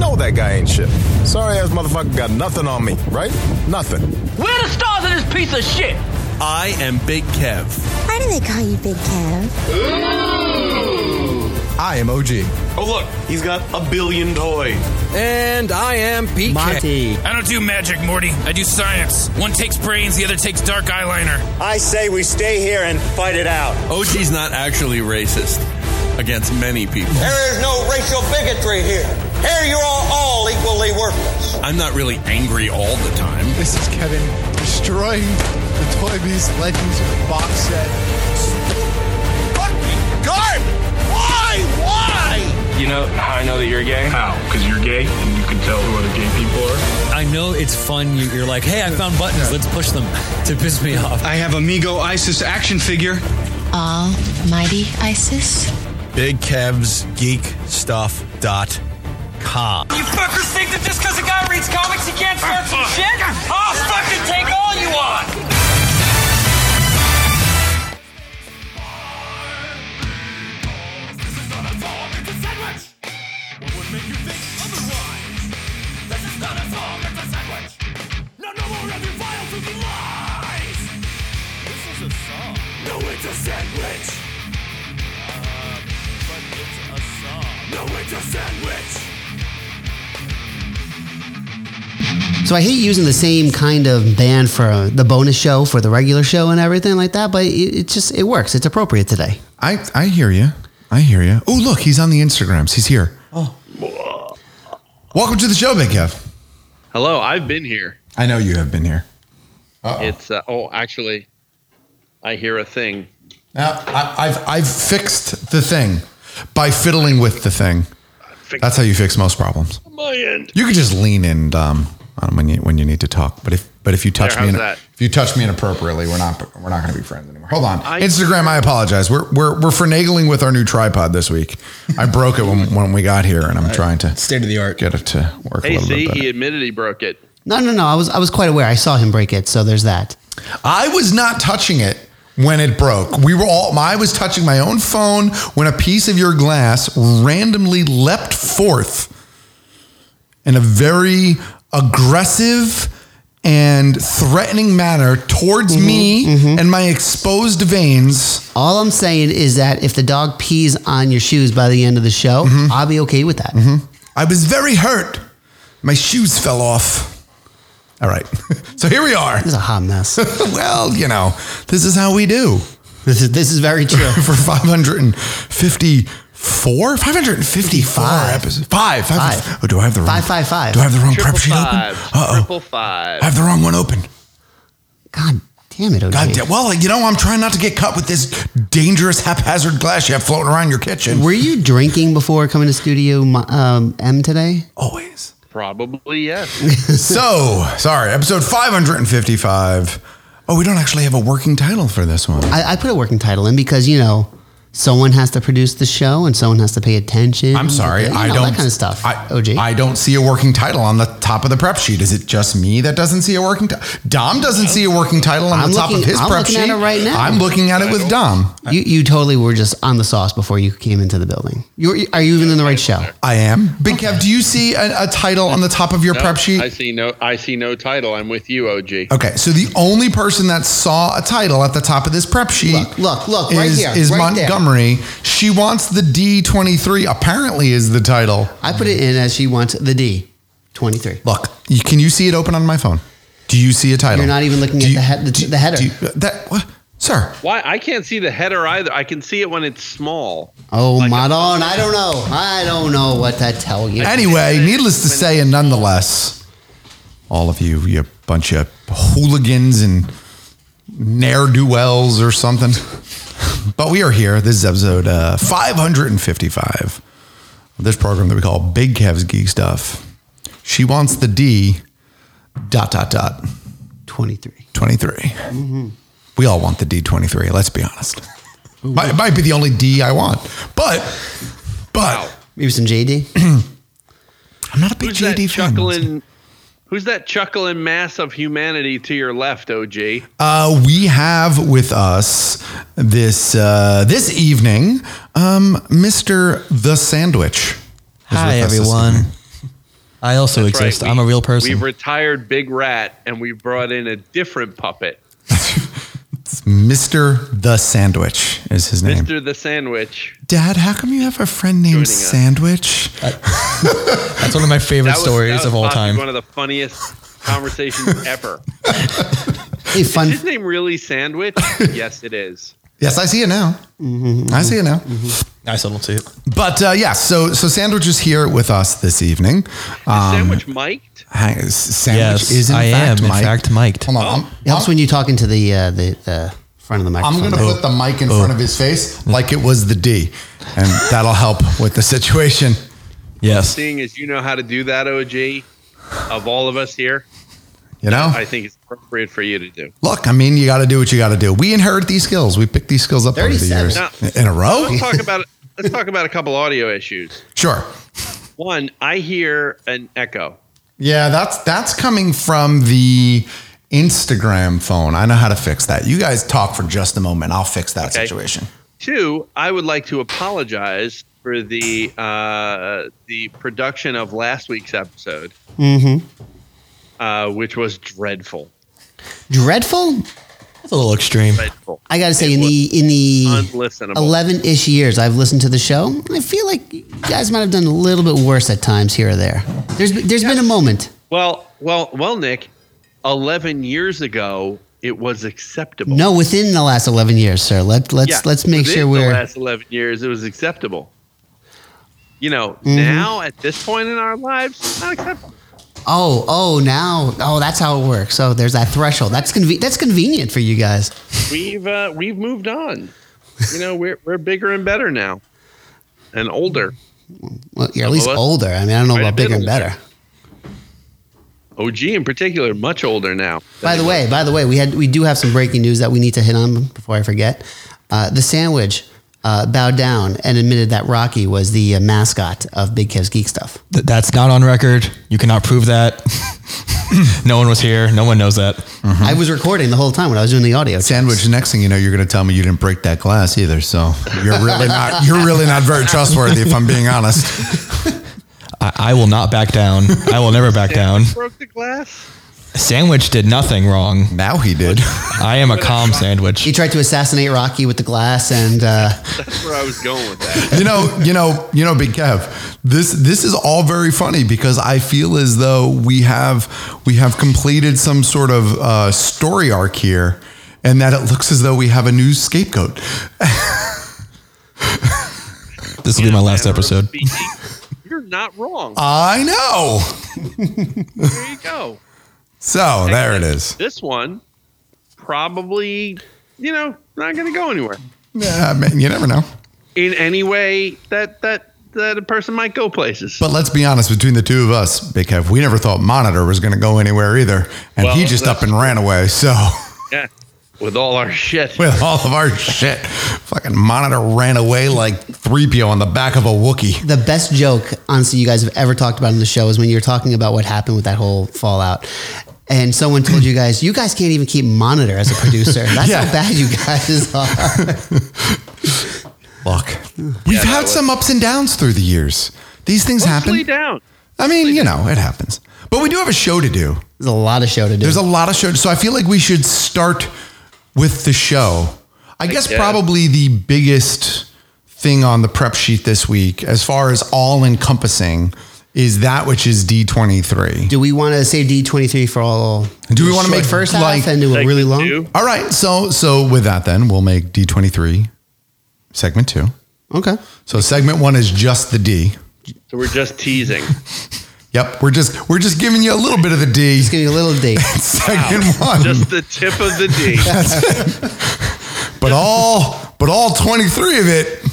night shift. Sorry ass motherfucker got nothing on me, right? Nothing. Where the stars in this piece of shit? I am Big Kev. Why do they call you Big Kev? I am OG. Oh, look, he's got a billion toys. And I am PK. Monty. I don't do magic, Morty. I do science. One takes brains, the other takes dark eyeliner. I say we stay here and fight it out. OG's not actually racist against many people. There is no racial bigotry here. Here you are all equally worthless. I'm not really angry all the time. This is Kevin destroying the Toy Biz Legends box set. Fucking garbage! Why? Why? You know how I know that you're gay? How? Because you're gay and you can tell who other gay people are. I know it's fun. You- You're like, hey, I found buttons. Let's push them to piss me off. I have Amigo ISIS action figure. Almighty Isis? Big Kev's Geek Stuff dot com. You fuckers think that just because a guy reads comics, he can't start some shit? I'll fucking take all you want. So I hate using the same kind of band for the bonus show, for the regular show, and everything like that. But it, it just it works. It's appropriate today. I, I hear you. I hear you. Oh, look, he's on the Instagrams. He's here. Oh. Welcome to the show, Big Kev. Hello, I've been here. I know you have been here. Uh-oh. It's uh, oh, actually, I hear a thing. Now, Uh, I, I've, I've fixed the thing by fiddling with the thing. That's how you fix most problems. My end. You can just lean in um, um, when you when you need to talk. But if but if you touch There, me how's in- that? if you touch me inappropriately, we're not we're not going to be friends anymore. Hold on, I- Instagram. I apologize. We're we're we're finagling with our new tripod this week. I broke it when, when we got here, and I'm trying to State of the art. get it to work a Hey, little see, bit he better. admitted he broke it. No, no, no. I was I was quite aware. I saw him break it. So there's that. I was not touching it when it broke. We were all. I was touching my own phone when a piece of your glass randomly leapt forth in a very aggressive and threatening manner towards Mm-hmm, me and my exposed veins. All I'm saying is that if the dog pees on your shoes by the end of the show, I'll be okay with that. I was very hurt. My shoes fell off. All right. so here we are. This is a hot mess. well, you know, this is how we do. this is this is very true. for 554? 554 episodes. Five. five. Five. Oh, do I have the wrong? Five, five, five. Do I have the wrong Triple prep sheet five. open? Uh oh. Triple five. I have the wrong one open. God damn it, OJ. God damn. Well, you know, I'm trying not to get cut with this dangerous haphazard glass you have floating around your kitchen. Were you drinking before coming to Studio um, M today? Always. Probably yes. so, sorry. Episode 555. Oh, we don't actually have a working title for this one. I, I put a working title in because you know someone has to produce the show and someone has to pay attention. I'm sorry. You know, I don't. that kind of stuff. I, OJ, I don't see a working title on the top of the prep sheet. Is it just me that doesn't see a working title? Dom doesn't see a working title on I'm the top of looking- his I'm prep looking sheet. at it right now. I'm looking at it with Dom. you you totally were just on the sauce before you came into the building. You are you even in the right show? I am. Big Kev, do you see a, a title on the top of your No, prep sheet? I see no. I see no title. I'm with you, OG. Okay, so the only person that saw a title at the top of this prep sheet, Look, look, look, is, right here, is right there. Montgomery. She wants the D twenty three. Apparently, is the title. I put it in as she wants the D, twenty three. Look, you, can you see it open on my phone? Do you see a title? You're not even looking Do at you- the head- the- do- the header. do you- that, what? Sir, Why? I can't see the header either. I can see it when it's small. Oh Like a- my god, I don't know. I don't know what to tell you. Anyway, needless to say, and nonetheless, all of you, you bunch of hooligans and ne'er do wells or something. But we are here. This is episode uh, 555 of this program that we call Big Kev's Geek Stuff. She wants the D dot dot dot twenty three. 23. We all want the D23, let's be honest. Might, might be the only D I want, but, but Maybe some JD. I'm not a big Who's that JD fan. chuckling? Who's that chuckling mass of humanity to your left, OG? Uh, we have with us this uh, this evening, um, Mr. The Sandwich. is Hi, with us this everyone. evening. I also That's right, exist. we- I'm a real person. We've retired Big Rat and we brought in a different puppet, It's Mr. The Sandwich is his name. Mr. the Sandwich. Dad, how come you have a friend named Sandwich? That's one of my favorite That was- stories that was of all possibly time. One of the funniest conversations ever. Hey, fun. Is his name really Sandwich? yes, it is. Yes, I see it now. Mm-hmm. I see it now. I still don't see it. But uh, yeah, so so Sandwich is here with us this evening. Um, Sandwich Mike? hang- S- Sandwich Yes, is in I fact am, in Mike. fact, mic'd. Hold on, I'm- Helps when you talk into the uh, the, the front of the I'm, microphone. going to put the mic in Oh. front of his face like it was the D, and that'll help with the situation. Yes, Seeing as you know how to do that, OG, of all of us here, you know. I think it's appropriate for you to do. Look, I mean, you got to do what you got to do. We inherit these skills. We pick these skills up over the years Now, in a row. Let's talk about let's talk about a couple audio issues. Sure. One, I hear an echo. Yeah, that's that's coming from the Instagram phone. I know how to fix that. You guys talk for just a moment. I'll fix that situation. Two, I would like to apologize for the uh, the production of last week's episode, Mm-hmm. uh, which was dreadful. Dreadful. That's a little extreme. Dreadful. I gotta say, in the in the Unlistenable. eleven ish years I've listened to the show, I feel like you guys might have done a little bit worse at times here or there. There's be- there's been a moment. Well, well, well, Nick. Eleven years ago, it was acceptable. No, within the last eleven years, sir. Let let's Yeah, let's make within sure the we're last eleven years. It was acceptable. You know, Mhm. now at this point in our lives, not acceptable. Oh, oh, now, oh, that's how it works. So there's that threshold. That's conve- That's convenient for you guys. We've uh, we've moved on. You know, we're we're bigger and better now, and older. Well, you're at Some least of us. older. I mean, I don't know Quite a about bit bigger and older. better. OG in particular, much older now. By the way, by the way, we had we do have some breaking news that we need to hit on before I forget. Uh, the sandwich uh, bowed down and admitted that Rocky was the uh, mascot of Big Kev's Geek Stuff. Th- that's not on record. You cannot prove that. no one was here. No one knows that. Mm-hmm. I was recording the whole time when I was doing the audio. Sandwich. Next thing you know, you're going to tell me you didn't break that glass either. So you're really not. You're really not very trustworthy, if I'm being honest. I, I will not back down. I will never back down. Broke the glass. Sandwich did nothing wrong. Now he did. I am a calm sandwich. He tried to assassinate Rocky with the glass, and uh, That's where I was going with that. You know, you know, you know, Big Kev. This this is all very funny because I feel as though we have we have completed some sort of uh, story arc here, and that it looks as though we have a new scapegoat. This will be my last episode. You're not wrong. Ah. I know. there you go. So there it is. This one probably, you know, not going to go anywhere Yeah, I mean, you never know. in any way that that that a person might go places. But let's be honest, between the two of us, Big Kev, we never thought Monitor was going to go anywhere either, and Well, he just that's- up and ran away. So Yeah, with all our shit. with all of our shit, fucking Monitor ran away like three PO on the back of a Wookiee. the best joke, honestly, you guys have ever talked about in the show is when you're talking about what happened with that whole fallout. And someone told you guys, you guys can't even keep monitor as a producer. That's Yeah. how bad you guys are. Look, we've had some ups and downs through the years. These things Mostly happen. down. I mean, you know, it happens. But we do have a show to do. There's a lot of show to do. There's a lot of show. So I feel like we should start with the show. I guess guess. probably the biggest thing on the prep sheet this week, as far as all encompassing, is that which is D23. do we want to save D23 for all? Do we wanna short make, first like- half and do a really long? Two. All right. So, so with that, then we'll make D23 segment two. Okay. So segment one is just the D. So we're just teasing. Yep, we're just we're just giving you a little bit of the D. Just give you a little date. Second one, just the tip of the D. but all but all 23 of it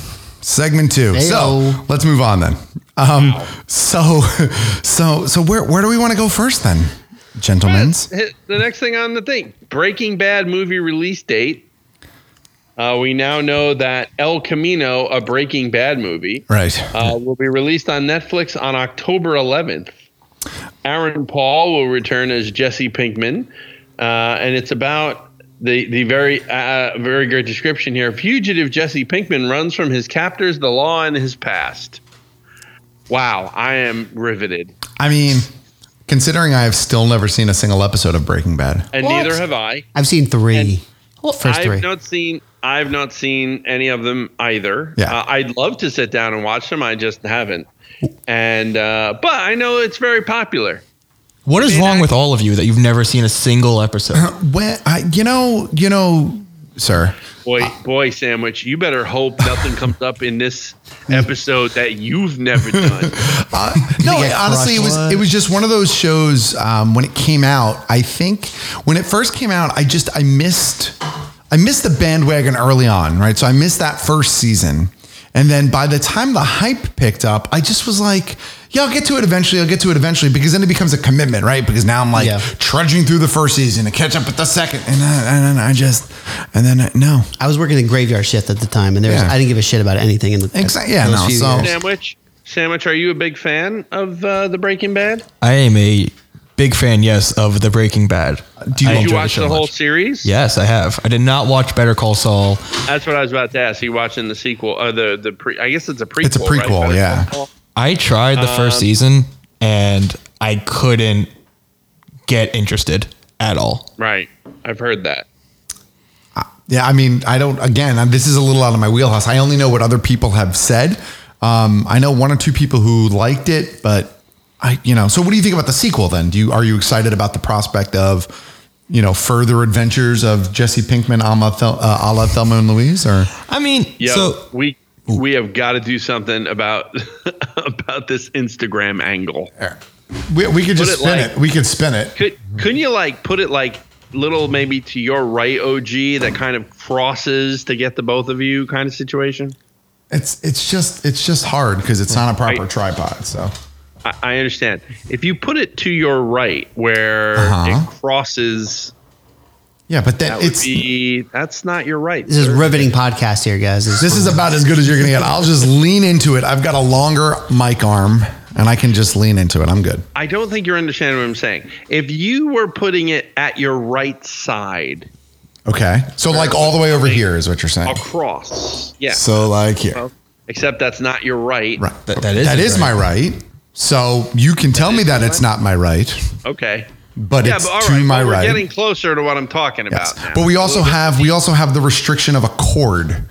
segment 2 so Ayo. let's move on then um so so so where where do we want to go first then gentlemen's Hit the next thing on the thing: Breaking Bad movie release date. Uh, we now know that El Camino, a Breaking Bad movie, right uh, will be released on Netflix on October 11th. Aaron Paul will return as Jesse Pinkman, uh, and it's about the the very uh, very great description here. Fugitive Jesse Pinkman runs from his captors, the law, and his past. Wow, I am riveted. I mean, considering I have still never seen a single episode of Breaking Bad, and neither have I. I've seen three. First I've three. not seen. I've not seen any of them either. Yeah. Uh, I'd love to sit down and watch them. I just haven't. And uh, but I know it's very popular. What is wrong with all of you that you've never seen a single episode? when I, you know, you know, sir, Boy, Uh, boy, sandwich. You better hope nothing comes up in this episode that you've never done. no, get honestly, it crushed. was it was just one of those shows um, when it came out. I think when it first came out, I just I missed I missed the bandwagon early on, right? So I missed that first season, and then by the time the hype picked up, I just was like. Yeah, I'll get to it eventually. I'll get to it eventually because then it becomes a commitment, right? Because now I'm like trudging through the first season to catch up with the second, and I, and I just, and then I, no. I was working in graveyard shift at the time, and there was, Yeah. I didn't give a shit about anything. In the, Exactly. Yeah, no, so- Sandwich, sandwich. Are you a big fan of uh, the Breaking Bad? I am a big fan, yes, of the Breaking Bad. Do Did you watch the, whole series? Yes, I have. I did not watch Better Call Saul. That's what I was about to ask. Are you watching the sequel? Or the the pre? I guess it's a prequel. It's a prequel, right? yeah. I tried the first Um, season and I couldn't get interested at all. Right. I've heard that. Yeah, I mean, I don't. Again, I'm- this is a little out of my wheelhouse. I only know what other people have said. Um, I know one or two people who liked it, but I, you know. So, what do you think about the sequel? Then, do you are you excited about the prospect of, you know, further adventures of Jesse Pinkman, a la, Thel, uh, a la Thelma and Louise? Or I mean, Yo, we we have got to do something about about this Instagram angle. we, we could Put just it spin like- it. We could spin it. Could couldn't you like put it like little maybe to your right OG that kind of crosses to get the both of you kind of situation? It's it's just it's just hard because it's not a proper tripod. So I, I understand. If you put it to your right where Uh-huh. it crosses yeah, but that then would it's be that's not your right. This is riveting podcast here, guys. This is about as good as you're going to get. I'll just lean into it. I've got a longer mic arm and I can just lean into it. I'm good. I don't think you're understanding what I'm saying. If you were putting it at your right side Okay. So, like, all the way over here is what you're saying. across, yeah. So, like, here. Well, except that's not your right. Right. that is that his is my right. So, you can tell me that it's not my right, Okay. but it's all to my but right. We're getting closer to what I'm talking about. now. but we A also little bit. have we also have the restriction of a cord.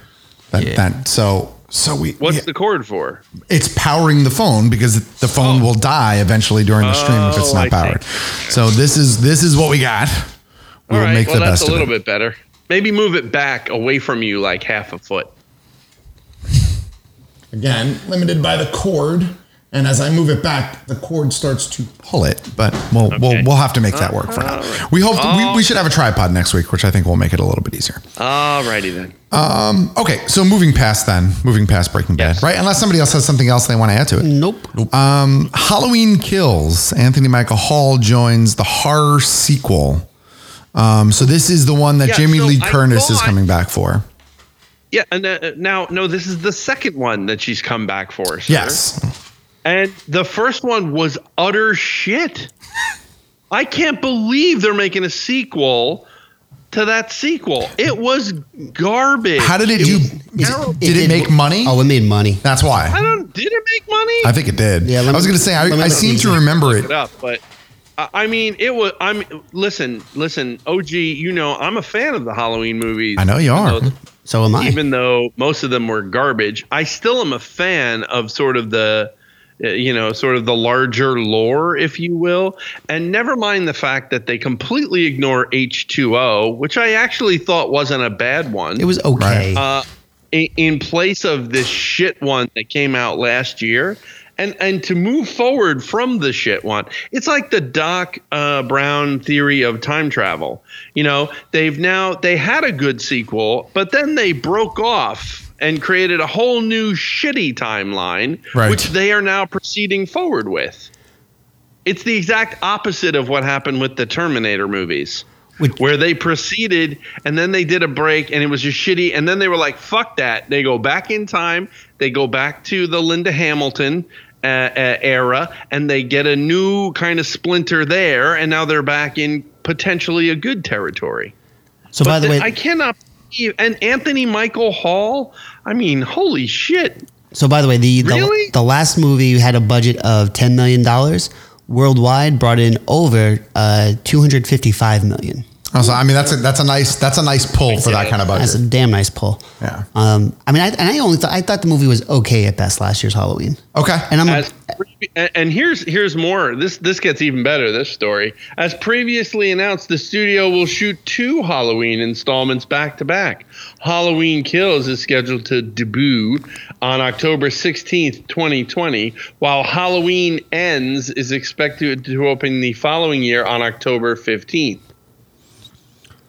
That, that so so we What's the cord for? it's powering the phone because the phone will die eventually during the stream if it's Oh, not I powered. So this is this is what we got. We'll All right. make well, the that's best a little of it. bit better. Maybe move it back away from you like half a foot. Again, limited by the cord, and as I move it back, the cord starts to pull it. But we'll we'll, we'll have to make that work for now. We hope we, Um, we should have a tripod next week, which I think will make it a little bit easier. All righty then. Um, okay, so moving past then, moving past Breaking Bad, right? Unless somebody else has something else they want to add to it. Nope. Um, Halloween Kills. Anthony Michael Hall joins the horror sequel. Um, so this is the one that Yeah, Jamie so Lee I Curtis is thought- coming back for. Yeah, and uh, now no, this is the second one that she's come back for. sir. Yes. and the first one was utter shit. I can't believe they're making a sequel to that sequel. It was garbage. How did it do? terrible. Did, did it make money? Oh, it made money. That's why. I don't. Did it make money? I think it did. Yeah, let I me- was going to say I, let me I look seem these to remember look it. it up, but I I mean, it was. I'm listen, listen, OG. You know, I'm a fan of the Halloween movies. I know you Even are. though- So am I. Even though most of them were garbage, I still am a fan of sort of the, uh, you know, sort of the larger lore, if you will. And never mind the fact that they completely ignore H2O, which I actually thought wasn't a bad one. It was okay. Uh, in, in place of this shit one that came out last year. And, and to move forward from the shit one, it's like the Doc uh, Brown theory of time travel. You know, they've now they had a good sequel, but then they broke off and created a whole new shitty timeline, Right. which they are now proceeding forward with. It's the exact opposite of what happened with the Terminator movies, where they proceeded and then they did a break and it was just shitty. And then they were like, fuck that. They go back in time, they go back to the Linda Hamilton. Uh, uh, era and they get a new kind of splinter there, and now they're back in potentially a good territory. So by the th- way- I cannot believe. And Anthony Michael Hall, I mean, holy shit! So by the way, the the, Really? the last movie had a budget of ten million dollars. worldwide brought in over uh, 255 million. Also, I mean that's a that's a nice that's a nice pull for that kind of budget. That's a damn nice pull. Yeah. Um, I mean, I, and I only thought, I thought the movie was okay at best last year's Halloween. Okay. And I'm Oh, As previ- and- and here's here's more. This this gets even better. This story, as previously announced, the studio will shoot two Halloween installments back to back. Halloween Kills is scheduled to debut on October 16th, 2020, while Halloween Ends is expected to open the following year on October 15th.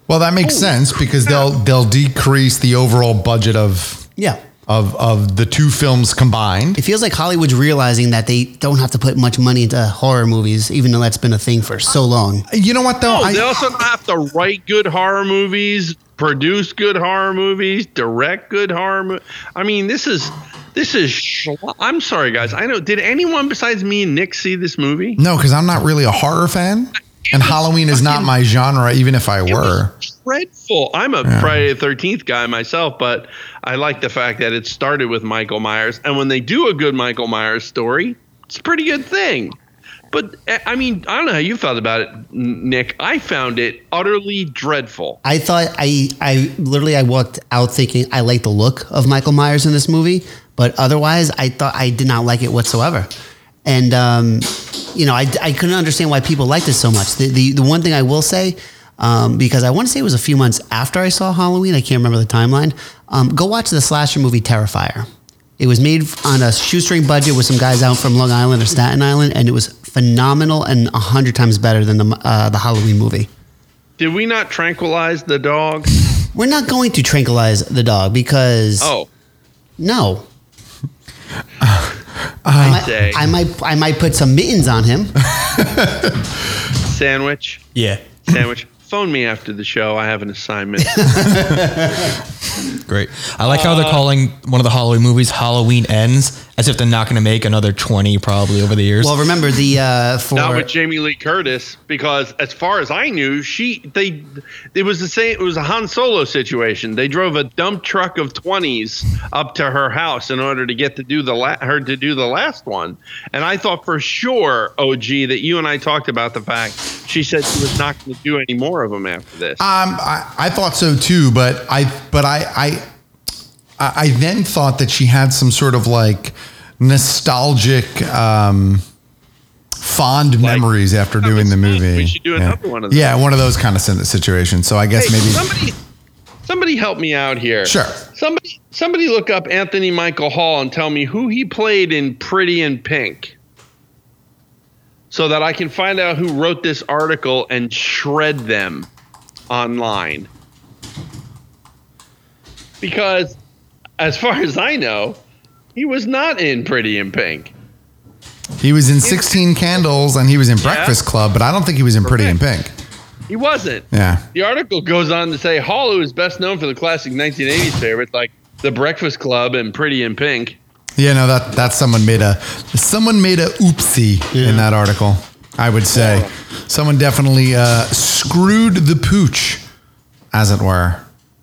Well, that makes sense because they'll they'll decrease the overall budget of yeah. of of the two films combined. It feels like Hollywood's realizing that they don't have to put much money into horror movies, even though that's been a thing for so long. You know what though? Oh, they also have to write good horror movies, produce good horror movies, direct good horror. Mo- I mean, this is this is. Schla- I'm sorry, guys. I know. Did anyone besides me and Nick see this movie? No, because I'm not really a horror fan, and Halloween is not my genre, even if I were. Dreadful. I'm a Friday the Thirteenth guy myself, but I like the fact that it started with Michael Myers, and when they do a good Michael Myers story, it's a pretty good thing. But eh, I mean, I don't know how you felt about it, N- Nick. I found it utterly dreadful. I thought I I literally I walked out thinking I like the look of Michael Myers in this movie, but otherwise I thought I did not like it whatsoever. And um, you know I, I couldn't understand why people liked it so much. The the, the one thing I will say um, because I want to say it was a few months after I saw Halloween, I can't remember the timeline. Um, go watch the slasher movie Terrifier. It was made on a shoestring budget with some guys out from Long Island or Staten Island, and it was phenomenal and a hundred times better than the uh, the Halloween movie. Did we not tranquilize the dog? We're not going to tranquilize the dog because Oh, no. I I, say might, I might I might put some mittens on him. sandwich. Yeah. Sandwich. Phone me after the show. I have an assignment. Great. I like Uh, how they're calling one of the Halloween movies Halloween Ends as if they're not going to make another 20 probably over the years. Well, remember the uh, for Not with Jamie Lee Curtis, because as far as I knew, she they it was the same. It was a Han Solo situation. They drove a dump truck of twenties up to her house in order to get to do the la- her to do the last one. And I thought for sure, OG, that you and I talked about the fact she said she was not going to do any more of them after this. Um, I, I thought so too, but I but I I I I then thought that she had some sort of like nostalgic um fond memories after doing the movie. we should do yeah. another one of those. Yeah, one of those kind of sin- situations. So I guess Hey, maybe somebody somebody help me out here. Sure. Somebody somebody look up Anthony Michael Hall and tell me who he played in Pretty in Pink. So that I can find out who wrote this article and shred them online. Because as far as I know, he was not in Pretty in Pink. he was in 16 Candles and he was in Breakfast Club, but I don't think he was in Pretty in Pink. He wasn't. Yeah. The article goes on to say Hall, who is best known for the classic 1980s favorites like The Breakfast Club and Pretty in Pink, Yeah, no, that that's someone made a someone made a oopsie in that article. I would say someone definitely uh, screwed the pooch, as it were.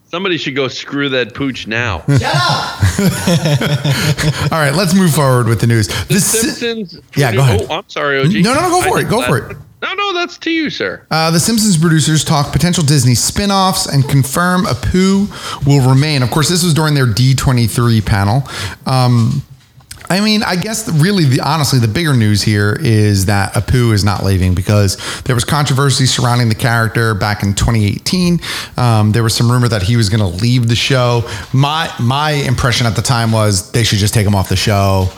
Somebody should go screw that pooch now. All right, let's move forward with the news. The This- Simpsons. Yeah, go ahead. Oh, I'm sorry, OG. No, no, no, go I for it, did go that. for it. No, no, that's to you, sir. Uh, the Simpsons producers talk potential Disney spin-offs and confirm Apu will remain. Of course, this was during their D23 panel. Um, I mean, I guess the- really, the, honestly, the bigger news here is that Apu is not leaving because there was controversy surrounding the character back in 2018. Um, there was some rumor that he was going to leave the show. My my impression at the time was they should just take him off the show.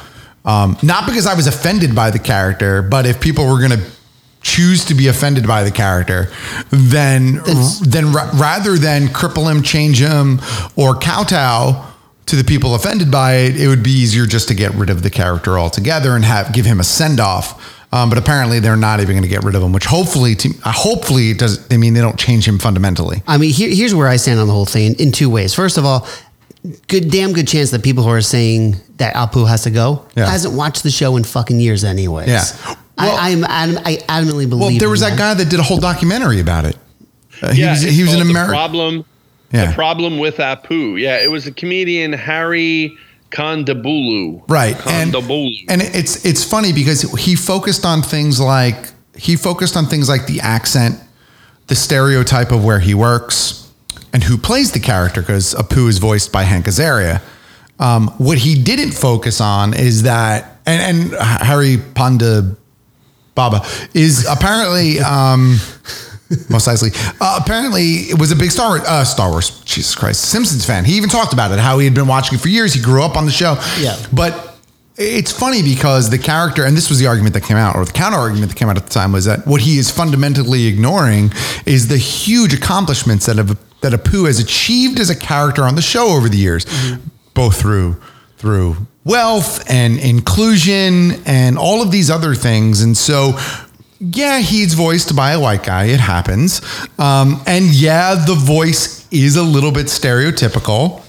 Um, not because I was offended by the character, but if people were going to choose to be offended by the character, then then ra- rather than cripple him, change him, or kowtow to the people offended by it, it would be easier just to get rid of the character altogether and have give him a send off. Um, but apparently, they're not even going to get rid of him, which hopefully, to, uh, hopefully, it does. I mean, they don't change him fundamentally. I mean, here, here's where I stand on the whole thing in two ways. First of all, good damn good chance that people who are saying that Apu has to go Yeah. hasn't watched the show in fucking years, anyways. Yeah. I, I'm adam- I adamantly believe. Well, there was in that guy that did a whole documentary about it. Uh, he was it's he was an called The American. Problem. Yeah. The problem with Apu. Yeah, it was a comedian Harry Kondabulu. Right. And, Kondabulu. and it's it's funny because he focused on things like he focused on things like the accent, the stereotype of where he works, and who plays the character because Apu is voiced by Hank Azaria. Um, what he didn't focus on is that and and Harry Panda Baba is apparently um, most likely uh, apparently it was a big Star uh, Star Wars Jesus Christ Simpsons fan. He even talked about it how he had been watching it for years. He grew up on the show. Yeah. but it's funny because the character and this was the argument that came out or the counter argument that came out at the time was that what he is fundamentally ignoring is the huge accomplishments that have that Apu has achieved as a character on the show over the years, both through through wealth and inclusion and all of these other things. And so, yeah, he's voiced by a white guy. It happens. Um, and yeah, the voice is a little bit stereotypical.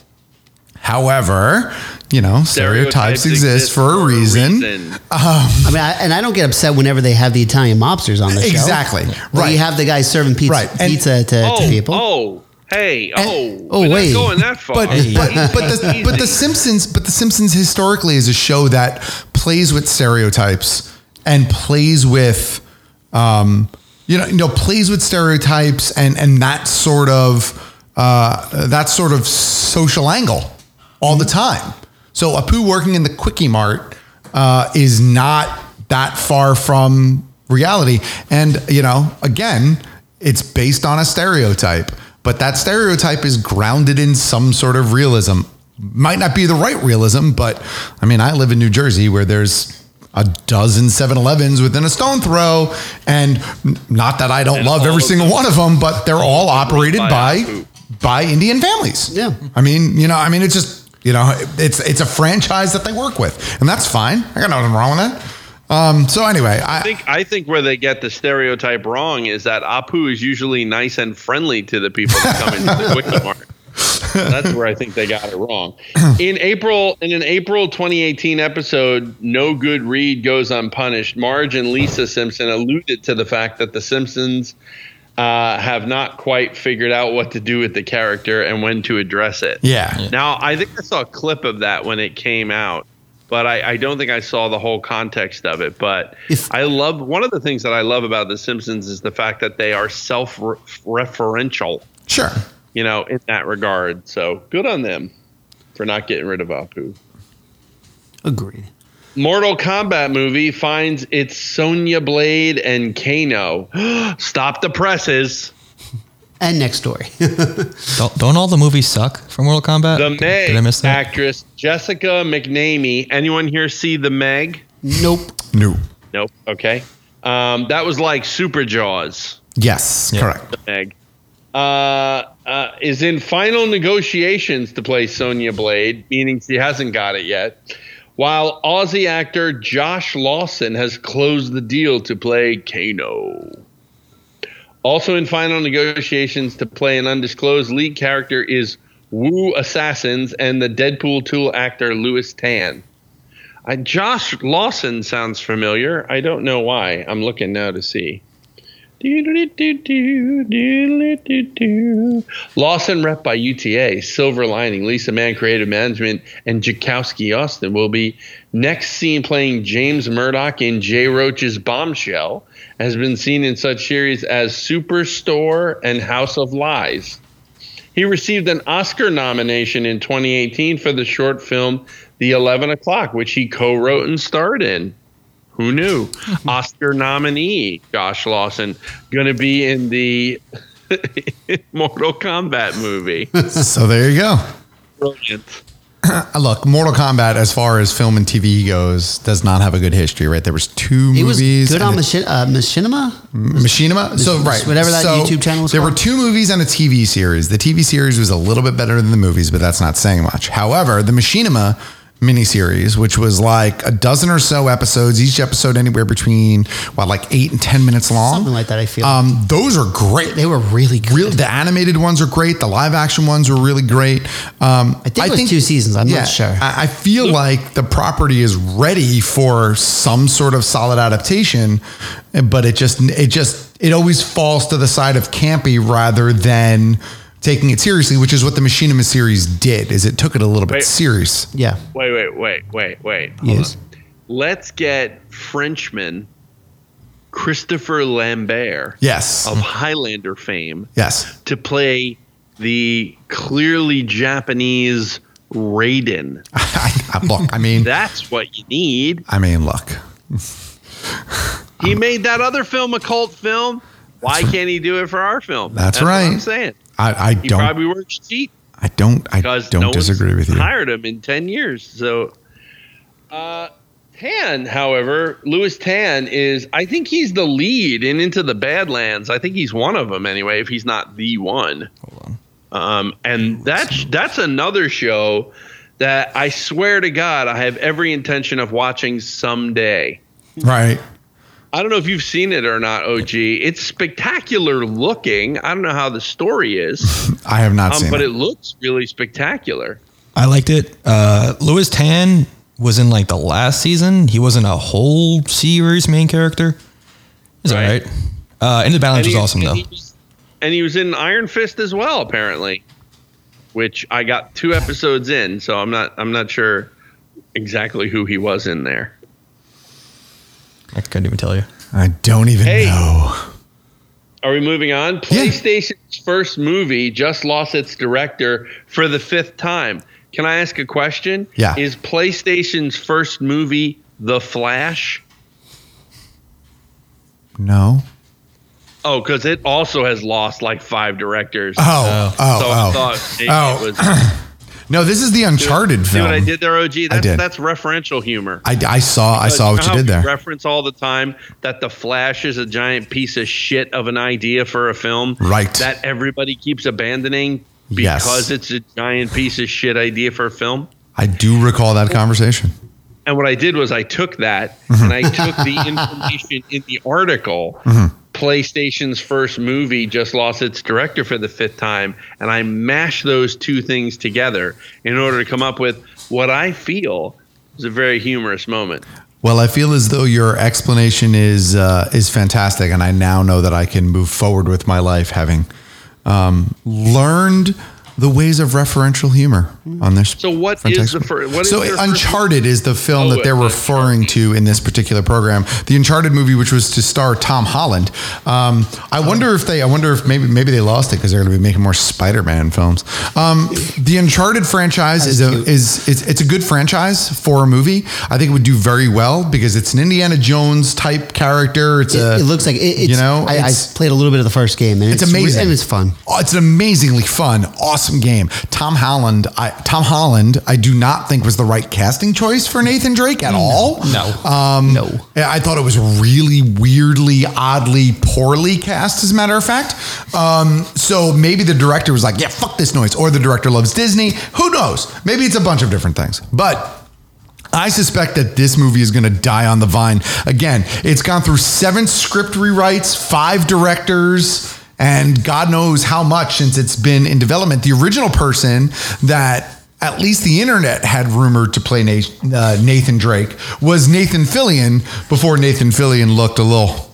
However, you know, stereotypes, Stereotypes exist, exist for a reason. I mean, I, and I don't get upset whenever they have the Italian mobsters on the show. Exactly. Right. You have the guy serving pizza, Right. And- pizza to, to Oh, people. oh, hey, oh, oh, we're not wait. going that far. But, but, but, the, but the Easy. Simpsons, but the Simpsons historically is a show that plays with stereotypes and plays with, um, you know, you know, plays with stereotypes and and that sort of uh, that sort of social angle all the time. So Apu working in the quickie mart uh, is not that far from reality, and you know, again, it's based on a stereotype, but that stereotype is grounded in some sort of realism. Might not be the right realism, but I mean, I live in New Jersey where there's a dozen 7-Elevens within a stone throw, and n- not that I don't And love all every of single them- one of them, but they're all operated by by Apu. by Indian families. Yeah. I mean, you know, I mean, it's just, you know, it's it's a franchise that they work with, and that's fine. I got nothing wrong with that. Um, so anyway, I, I think I think where they get the stereotype wrong is that Apu is usually nice and friendly to the people that come into the quickie mart. That's where I think they got it wrong. In April, in an April 2018 episode, "No Good Read Goes Unpunished," Marge and Lisa Simpson alluded to the fact that the Simpsons uh, have not quite figured out what to do with the character and when to address it. Yeah. Yeah. Now, I think I saw a clip of that when it came out, but I, I don't think I saw the whole context of it. But I love one of the things that I love about The Simpsons is the fact that they are self referential, sure. you know, in that regard. So good on them for not getting rid of Apu. Agreed. Mortal Kombat movie finds its Sonya Blade and Kano. Stop the presses. And next story. Don't, don't all the movies suck from Mortal Kombat? The Did- Meg Did I miss that? actress Jessica McNamee. Anyone here see The Meg? nope. No. Nope. Okay. Um, that was like Super Jaws. Yes, correct. The Meg uh, uh, is in final negotiations to play Sonya Blade, meaning she hasn't got it yet. While Aussie actor Josh Lawson has closed the deal to play Kano. Also in final negotiations to play an undisclosed lead character is Wu Assassins and the Deadpool 2 actor Louis Tan. I, Josh Lawson sounds familiar. I don't know why. I'm looking now to see. Doo-doo-doo-doo, doo-doo-doo-doo. Lawson rep by UTA, Silver Lining, Lisa Mann Creative Management, and Jakowski Austin will be next seen playing James Murdoch in Jay Roach's Bombshell, has been seen in such series as Superstore and House of Lies. He received an Oscar nomination in 2018 for the short film The 11 O'Clock, which he co wrote and starred in. Who knew? Oscar nominee Josh Lawson going to be in the Mortal Kombat movie. so there you go. Brilliant. Uh, Look, Mortal Kombat, as far as film and TV goes, does not have a good history. Right? There was two It was movies. good and on it- machi- uh, Machinima. Machinima. So Mis- right, whatever that So, YouTube channel was There were called. two movies and a TV series. The TV series was a little bit better than the movies, but that's not saying much. However, the Machinima miniseries, which was like a dozen or so episodes, each episode anywhere between what like eight and ten minutes long, Something like that, I feel. Um, those are great. They were really good. Real, the animated ones are great. The live action ones are really great. Um, I think it was two seasons. I'm not sure. I, I feel like the property is ready for some sort of solid adaptation, but it just it just it always falls to the side of campy rather than taking it seriously, which is what the Machinima series did. Is it took it a little bit Wait. serious? Yeah. Wait, wait, wait, wait, wait. Hold Yes. on. Let's get Frenchman Christopher Lambert Yes. of Highlander fame Yes. to play the clearly Japanese Raiden. Look, I mean, That's what you need. I mean, look. Um, He made that other film a cult film. Why can't he do it for our film? That's What I'm right. saying I, I he don't. probably works cheap. I don't. I because don't no disagree one's with you. Hired him in ten years. So, uh, Tan, however, Louis Tan is. I think he's the lead in Into the Badlands. I think he's one of them anyway. If he's not the one. Um, and that's that's another show that I swear to God I have every intention of watching someday. Right. I don't know if you've seen it or not, OG. It's spectacular looking. I don't know how the story is, I have not um, seen but it. it looks really spectacular. I liked it. Uh, Louis Tan was in like the last season. He wasn't a whole series main character. It's all right. Uh, and the balance was And he- awesome though. and he- and he was in Iron Fist as well, apparently, which I got two episodes in, so I'm not I'm not sure exactly who he was in there. I couldn't even tell you. I don't even know. Are we moving on? PlayStation's first movie just lost its director for the fifth time. Can I ask a question? Yeah. Is PlayStation's first movie The Flash? No. Oh, because it also has lost like five directors. Oh, oh, so I oh. thought it, Oh. it was. No, this is the Uncharted See film. what I did there, OG? That's, did. that's referential humor. I, I saw. I Because saw know what you how did we there. Reference all the time that the Flash is a giant piece of shit of an idea for a film, Right. That everybody keeps abandoning Yes. because it's a giant piece of shit idea for a film. I do recall that conversation. And what I did was I took that Mhm. and I took the information in the article. Mhm. PlayStation's first movie just lost its director for the fifth time, and I mashed those two things together in order to come up with what I feel is a very humorous moment. Well, I feel as though your explanation is uh, is fantastic, and I now know that I can move forward with my life having um, learned the ways of referential humor on this. So what is Fantastic. the fir- what is so their first Uncharted is the film that they're referring to in this particular program. The Uncharted movie, which was to star Tom Holland. Um, I wonder if they. I wonder if maybe maybe they lost it because they're going to be making more Spider-Man films. Um, the Uncharted franchise is a is it's, it's a good franchise for a movie. I think it would do very well because it's an Indiana Jones type character. It's a. It, it looks like it, it's, you know. I, I it's- played a little bit of the first game, and it's, it's, amazing. and it's fun. Oh, it's an amazingly fun, awesome game. Tom Holland, I, Tom Holland, I do not think was the right casting choice for Nathan Drake at all. No. Um, no. I thought it was really weirdly, oddly, poorly cast, as a matter of fact. Um, so maybe the director was like, yeah, fuck this noise. Or the director loves Disney. Who knows? Maybe it's a bunch of different things. But I suspect that this movie is going to die on the vine. Again, it's gone through seven script rewrites, five directors, and God knows how much since it's been in development. The original person that at least the internet had rumored to play Nathan, uh, Nathan Drake was Nathan Fillion before Nathan Fillion looked a little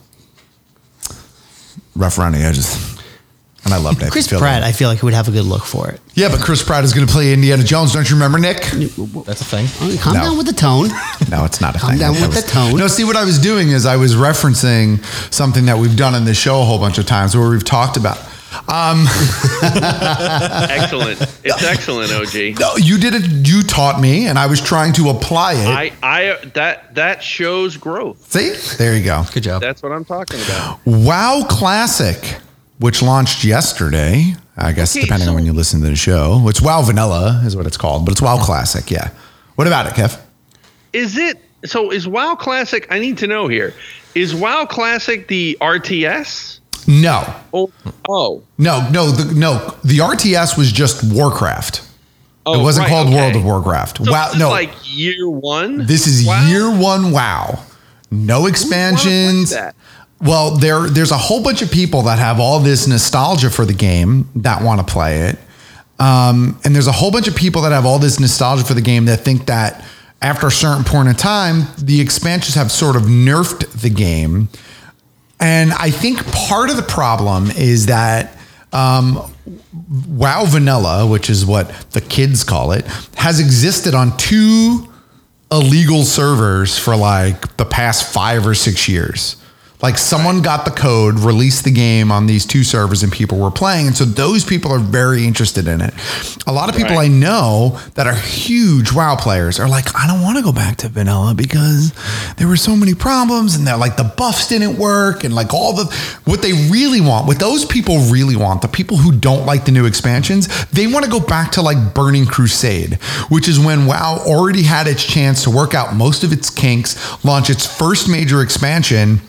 rough around the edges. And I love Nathan Chris Fillion. Pratt, I feel like he would have a good look for it. Yeah, but Chris Pratt is going to play Indiana Jones. Don't you remember, Nick? That's a thing. Calm No. down with the tone. No, it's not a Calm thing. down I with was- the tone. No, see what I was doing is I was referencing something that we've done in this show a whole bunch of times where we've talked about. Um, excellent. It's excellent, OG. no, you did it. You taught me, and I was trying to apply it. I, I that that shows growth. see, there you go. Good job. That's what I'm talking about. Wow Classic, which launched yesterday. I guess Okay, depending so- on when you listen to the show, it's Wow Vanilla is what it's called, but it's Wow Classic. Yeah. What about it, Kev? Is it so? Is WoW Classic? I need to know here. Is WoW Classic the RTS? No, Oh, oh, no, no, the, no. The RTS was just Warcraft. Oh, it wasn't right, called World okay. of Warcraft. So wow, this is no. like year one. This is year one. Wow, no expansions. that? Well, there there's a whole bunch of people that have all this nostalgia for the game that want to play it, um, and there's a whole bunch of people that have all this nostalgia for the game that think that after a certain point in time, the expansions have sort of nerfed the game. And I think part of the problem is that Um, wow Vanilla, which is what the kids call it, has existed on two illegal servers for like the past five or six years. Like someone got the code, released the game on these two servers, and people were playing. And so those people are very interested in it. A lot of people I know that are huge WoW players are like, I don't want to go back to vanilla because there were so many problems, and they're like the buffs didn't work, and like all the what they really want, what those people really want, the people who don't like the new expansions, they want to go back to like Burning Crusade, which is when WoW already had its chance to work out most of its kinks, launch its first major expansion.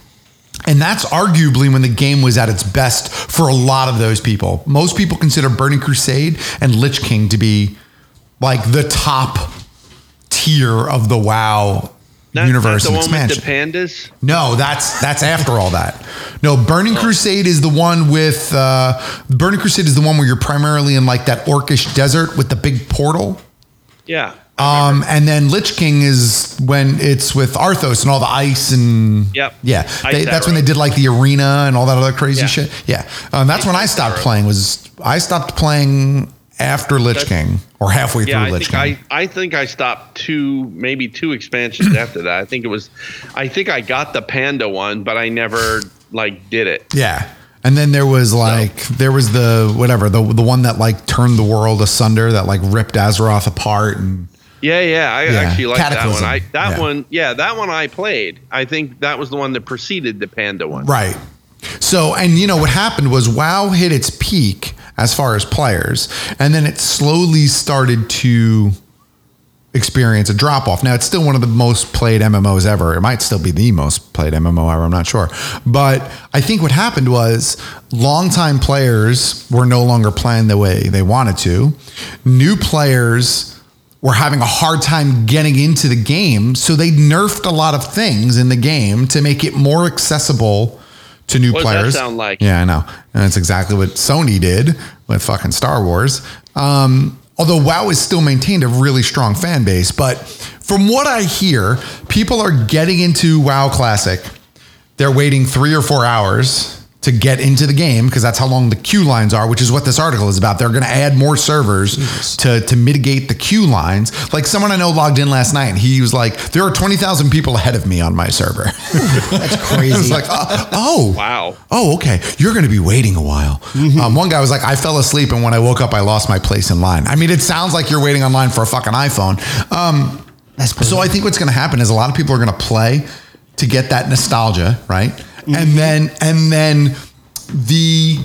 And that's arguably when the game was at its best for a lot of those people. Most people consider Burning Crusade and Lich King to be like the top tier of the WoW Not- not universe the and one expansion. with the pandas. No, that's that's after all that. No, Burning Crusade is the one with uh, Burning Crusade is the one where you're primarily in like that orcish desert with the big portal. Yeah. Um, and then Lich King is when it's with Arthos and all the ice and Yep. yeah. Ice They, that's when Arrow. they did like the arena and all that other crazy Yeah. shit. Yeah, um, that's when I stopped Arrow. playing. Was I stopped playing after Lich That's- King or halfway Yeah, through I Lich think King? I, I think I stopped two, maybe two expansions after that. I think it was, I think I got the panda one, but I never like did it. Yeah. And then there was like there was the whatever the the one that like turned the world asunder that like ripped Azeroth apart and Yeah, yeah, I Yeah, actually like that one. Cataclysm, I that yeah. one, yeah, that one I played. I think that was the one that preceded the panda one. right. So and you know what happened was WoW hit its peak as far as players and then it slowly started to experience a drop off. Now it's still one of the most played MMOs ever. It might still be the most played MMO ever. I'm not sure, but I think what happened was longtime players were no longer playing the way they wanted to. New players were having a hard time getting into the game, so they nerfed a lot of things in the game to make it more accessible to new What does that players. sound like? Yeah, I know. And that's exactly what Sony did with fucking Star Wars. Um, although WoW has still maintained a really strong fan base, but from what I hear, people are getting into WoW Classic. They're waiting three or four hours to get into the game because that's how long the queue lines are, which is what this article is about. They're going to add more servers to, to mitigate the queue lines. Like someone I know logged in last night and he was like, there are 20,000 people ahead of me on my server. that's crazy. it's like, oh, oh, Wow. Oh, okay. You're going to be waiting a while. Um, one guy was like, I fell asleep, and when I woke up, I lost my place in line. I mean, it sounds like you're waiting online for a fucking iPhone. Um, so I think what's going to happen is a lot of people are going to play to get that nostalgia, right? Mm-hmm. And then, and then the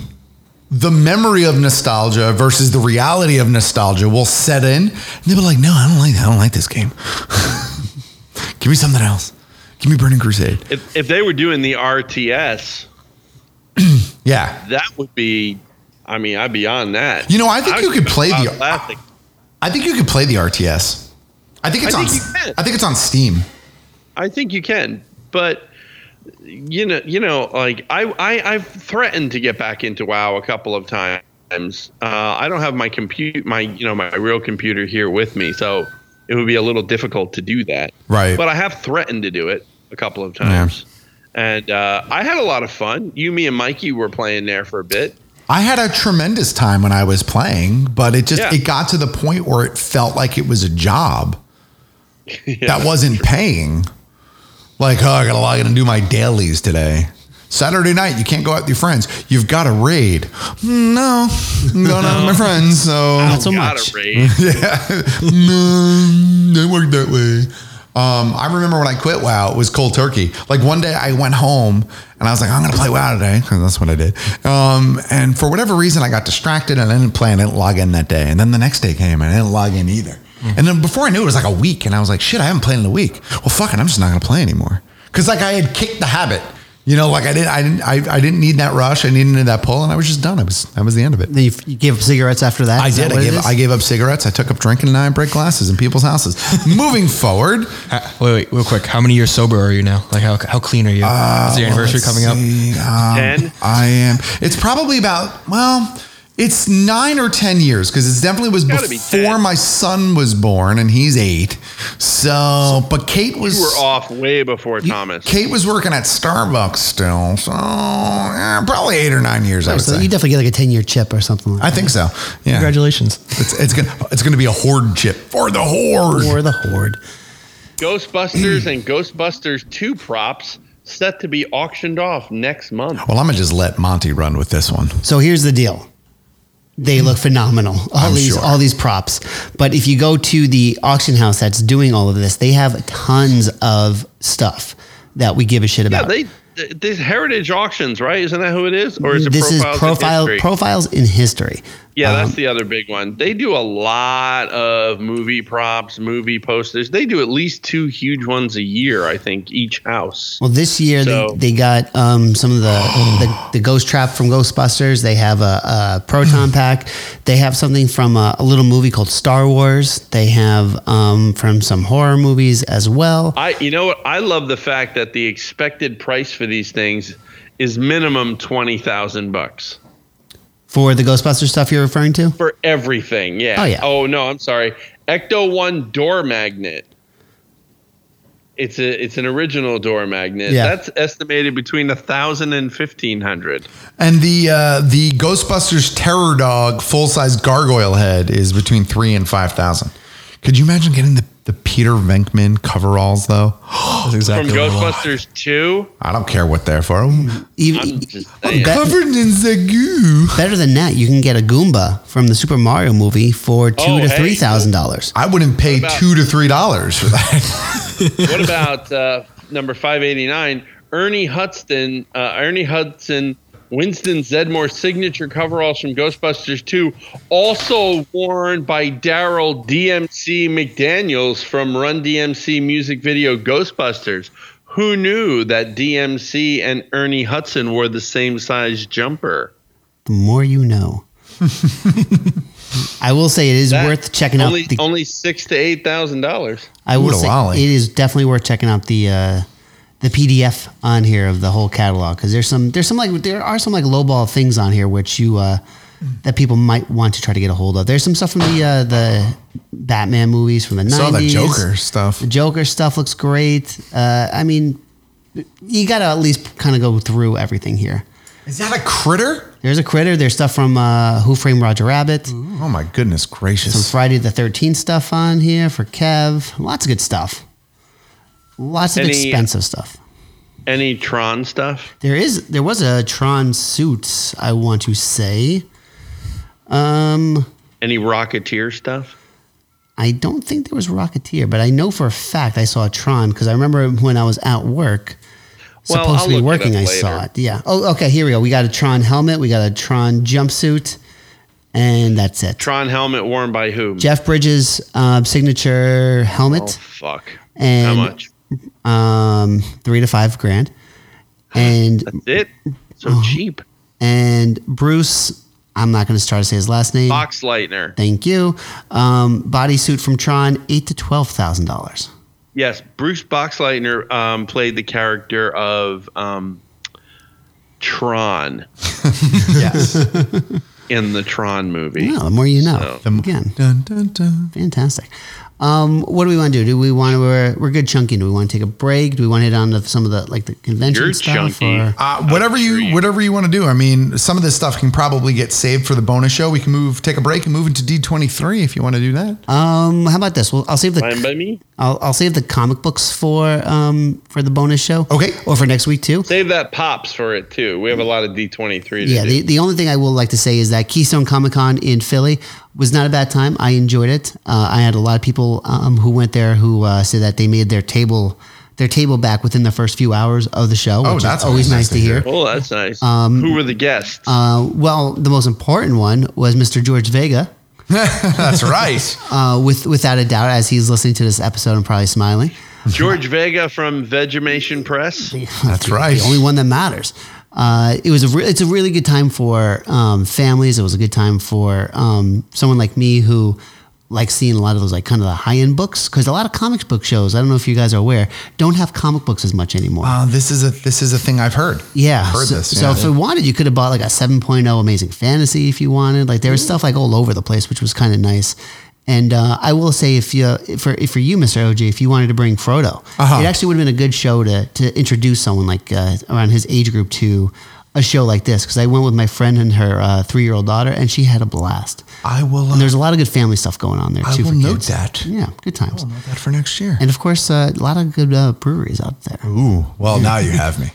the memory of nostalgia versus the reality of nostalgia will set in, and they'll be like, "No, I don't like. I don't like this game. Give me something else. Give me Burning Crusade." If if they were doing the RTS, Yeah. that would be. I mean, I'd be on that. You know, I think you could play the- classic. I think you could play the RTS. I think it's I on. think you can. I think it's on Steam. I think you can, but you know, you know, like I, I I've threatened to get back into WoW a couple of times. Uh, I don't have my compute, my you know, my real computer here with me, so it would be a little difficult to do that. Right. But I have threatened to do it a couple of times, and uh, I had a lot of fun. You, me, and Mikey were playing there for a bit. I had a tremendous time when I was playing, but it just Yeah. it got to the point where it felt like it was a job that wasn't paying. Like, oh, I gotta log in and do my dailies today. Saturday night, you can't go out with your friends. You've got to raid. "Mm, No, I'm going out with my friends, so Not so Gotta much. raid. yeah, no, it worked that way. Um, I remember when I quit WoW, it was cold turkey. Like one day I went home and I was like, I'm going to play WoW today. 'cause that's what I did. Um, and for whatever reason, I got distracted and I didn't play and I didn't log in that day. And then the next day came and I didn't log in either. And then before I knew it, it was like a week. And I was like, shit, I haven't played in a week. Well, fuck it. I'm just not going to play anymore. Cause like I had kicked the habit. You know, like I didn't, I didn't, I, I didn't need that rush. I needed that pull, and I was just done. I was, that was the end of it. You, you gave up cigarettes after that. I Is that did. I what it gave, is? I gave up cigarettes. I took up drinking and I break glasses in people's houses. Moving forward. Uh, wait, wait, real quick. How many years sober are you now? Like, how, how clean are you? Uh, Is your anniversary coming up? Um, I am. It's probably about, well, It's nine or ten years because it definitely was Gotta be before my son was born, and he's eight. So, but Kate was you were off way before Thomas. Kate was working at Starbucks still, so eh, probably eight or nine years. I would Oh, so say. you definitely get like a ten year chip or something. like I think so. Yeah. Congratulations. It's it's gonna it's gonna be a horde chip for the horde. For the horde. Ghostbusters and Ghostbusters 2 props set to be auctioned off next month. Well, I'm gonna just let Monty run with this one. So here's the deal. They look phenomenal. All I'm these sure. all these props. But if you go to the auction house that's doing all of this, they have tons of stuff that we give a shit Yeah, about. they th- these heritage auctions, right? Isn't that who it is? Or is it this profiles is in profile Uh-huh. history? profiles in history. Um, Yeah, that's the other big one. They do a lot of movie props, movie posters. They do at least two huge ones a year, I think, each house. Well, this year So- they, they got um, some of the, the the ghost trap from Ghostbusters. They have a, a proton pack. They have something from a, a little movie called Star Wars. They have um, from some horror movies as well. I you know what? I love the fact that the expected price for these things is minimum 20,000 bucks. For the Ghostbuster stuff you're referring to, for everything. Yeah. Oh, yeah. no, I'm sorry. Ecto One door magnet. It's a it's an original door magnet. Yeah. That's estimated between a thousand and fifteen hundred. And the uh, the Ghostbusters Terror Dog full size gargoyle head is between three and five thousand. Could you imagine getting the, the Peter Venkman coveralls though? That's From Ghostbusters Two. I don't care what they're for. I'm just saying. covered in the goo. e, Better than that, you can get a Goomba from the Super Mario movie for two Oh, to hey. three thousand dollars. I wouldn't pay about- two to three dollars for that. what about uh, number five eighty nine? Ernie Hudson. Uh, Ernie Hudson. Winston Zedmore signature coveralls from Ghostbusters 2, also worn by Daryl DMC McDaniels from Run DMC music video Ghostbusters. Who knew that DMC and Ernie Hudson wore the same size jumper? The more you know. I will say it is worth checking out. Only, The, only six to eight thousand dollars. I will Oodalolly. say it is definitely worth checking out the uh, the PDF on here of the whole catalog because there's some there's some like there are some like lowball things on here which you uh, that people might want to try to get a hold of. There's some stuff from the uh, the Batman movies from the I saw the 90s. Joker stuff. The Joker stuff looks great. Uh, I mean, you got to at least kind of go through everything here. Is that a critter? There's a critter. There's stuff from uh, Who Framed Roger Rabbit. Oh my goodness Some gracious! Friday the 13th stuff on here for Kev. Lots of good stuff. Lots of Any- expensive stuff. Any Tron stuff? There is there was a Tron suits. I want to say. Um, Any Rocketeer stuff? I don't think there was Rocketeer, but I know for a fact I saw a Tron because I remember when I was at work, Well, supposed I'll to be look it working, up I saw later. it. Yeah. Oh, okay. Here we go. We got a Tron helmet. We got a Tron jumpsuit, and that's it. Tron helmet worn by whom? Jeff Bridges' um, signature helmet. Oh fuck. How and much? um, three to five grand, and It so Uh-huh. cheap. and Bruce. I'm not going to start to say his last name. Box Lightner. Thank you. Um, bodysuit from Tron, eight to twelve thousand dollars. Yes, Bruce Boxleitner um, played the character of um, Tron Yes. in the Tron movie. Yeah, Oh, the more you know. So- Again, Dun, dun, dun. fantastic. Um, what do we want to do? Do we want to? We're, we're good chunking. Do we want to take a break? Do we want to hit on to some of the like the convention You're stuff? chunky. or- Uh, whatever you whatever you want to do. I mean, some of this stuff can probably get saved for the bonus show. We can move, take a break, and move into D twenty three if you want to do that. um, how about this? Well, I'll save the Fine by me. I'll, I'll save the comic books for um for the bonus show. Okay. Or for next week too. Save that pops for it too. We have a lot of D twenty three. Yeah, the, the only thing I will like to say is that Keystone Comic Con in Philly was not a bad time. I enjoyed it. Uh, I had a lot of people um, who went there who uh, said that they made their table their table back within the first few hours of the show, Oh, which that's is always nice to hear. oh, that's nice. um, Who were the guests? Uh, well, the most important one was Mr. George Vega, That's right. uh, with without a doubt, as he's listening to this episode and probably smiling. George Vega from Vegemation Press. That's right. the only one that matters. Uh, it was a re- it's a really good time for um, families. It was a good time for um, someone like me who like seeing a lot of those like kind of the high end books because a lot of comic book shows. I don't know if you guys are aware, don't have comic books as much anymore. Uh, this is a this is a thing I've heard. Yeah, I've heard so, this. so yeah. if it wanted, you could have bought like a 7.0 Amazing Fantasy if you wanted. Like there Mm. was stuff like all over the place, which was kind of nice. And uh, I will say, if you if for if for you, Mister OG, if you wanted to bring Frodo, Uh-huh. it actually would have been a good show to to introduce someone like uh, around his age group to a show like this because I went with my friend and her uh, three year old daughter, and she had a blast. I will. uh, And there's a lot of good family stuff going on there I too. will for note kids. that. Oh, Yeah, good times. I'll note that for next year. And of course, uh, a lot of good uh, breweries out there. Ooh, well now you have me.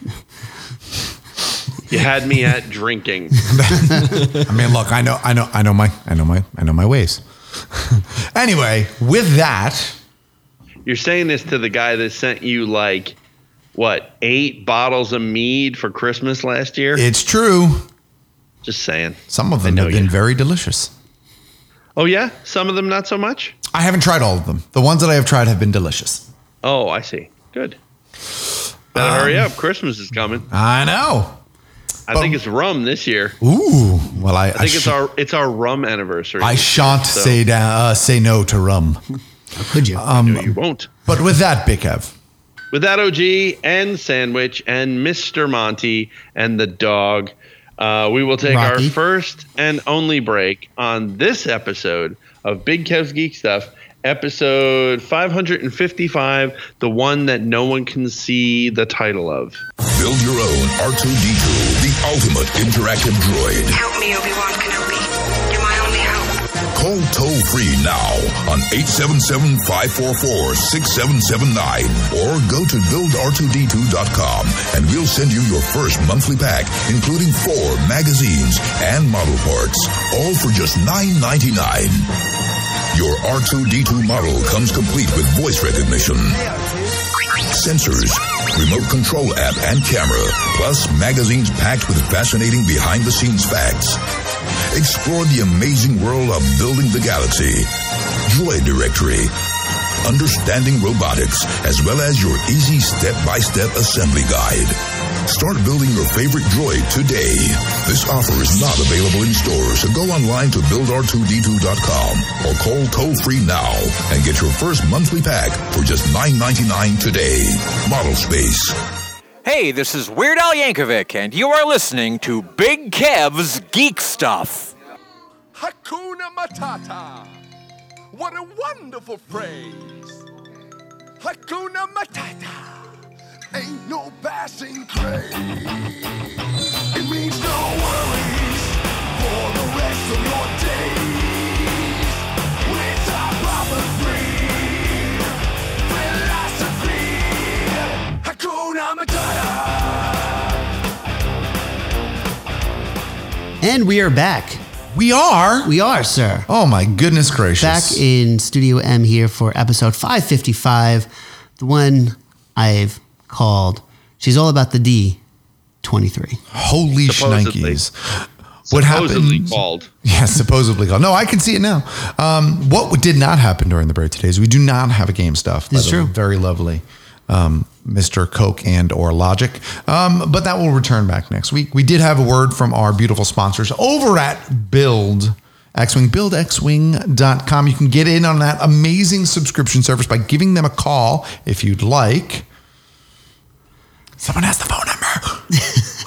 You had me at drinking. I mean, look, I know, I know, I know my, I know my, I know my ways. anyway, with that, You're saying this to the guy that sent you like what eight bottles of mead for Christmas last year? it's true. Just saying. Some of I them know have been very delicious. Oh yeah, some of them not so much. I haven't tried all of them. The ones that I have tried have been delicious. Oh, I see. Good. Better hurry Um, up. Christmas is coming. I know. I think it's rum this year. Ooh, well, I, I think I it's our it's our rum anniversary. I this shan't year, so- say da- uh, say no to rum. could you? Um, you won't. But with that, Big Ev, with that OG and Sandwich and Mr. Monty and the dog. Uh, we will take Rocky. our first and only break on this episode of Big Kev's Geek Stuff, episode 555, the one that no one can see the title of. Build your own R2D2, the ultimate interactive droid. Help me, Obi-Wan Kenobi. You're my only hope. Call toll free now on 877-544-6779 or go to buildr2d2.com and we'll send you your first monthly pack including four magazines and model parts all for just $9.99. Your R2D2 model comes complete with voice recognition, sensors, remote control app and camera, plus magazines packed with fascinating behind the scenes facts. Explore the amazing world of building the galaxy. Droid Directory. Understanding robotics, as well as your easy step by step assembly guide. Start building your favorite droid today. This offer is not available in stores, so go online to buildr2d2.com or call toll free now and get your first monthly pack for just $9.99 today. Model Space. Hey, this is Weird Al Yankovic, and you are listening to Big Kev's Geek Stuff. Hakuna Matata. What a wonderful phrase. Hakuna Matata. Ain't no bashing craze. It means no worries for the rest of your days. It's our proper free philosophy. Hakuna Matata. And we are back. We are. We are, sir. Oh my goodness gracious. Back in Studio M here for episode 555, the one I've called She's All About the D 23. holy shnikes. What Supposedly happened? called. Yeah, supposedly called. No, I can see it now. Um, what did not happen during the break today is we do not have a game stuff. by It's the way. true. Very lovely, um, Mr. Coke and or Logic. Um, but that will return back next week. We did have a word from our beautiful sponsors over at Build. Xwing, buildxwing.com. You can get in on that amazing subscription service by giving them a call if you'd like. Someone has the phone number.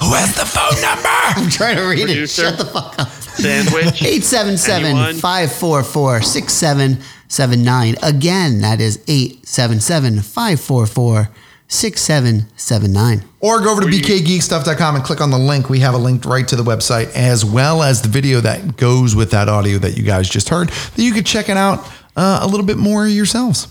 Who has the phone number? I'm trying to read it. Shut the fuck up. Sandwich. 877 544 6779. Again, that is 877 544 6779. Or go over to bkgeekstuff.com and click on the link. We have a link right to the website as well as the video that goes with that audio that you guys just heard that you could check it out uh, a little bit more yourselves.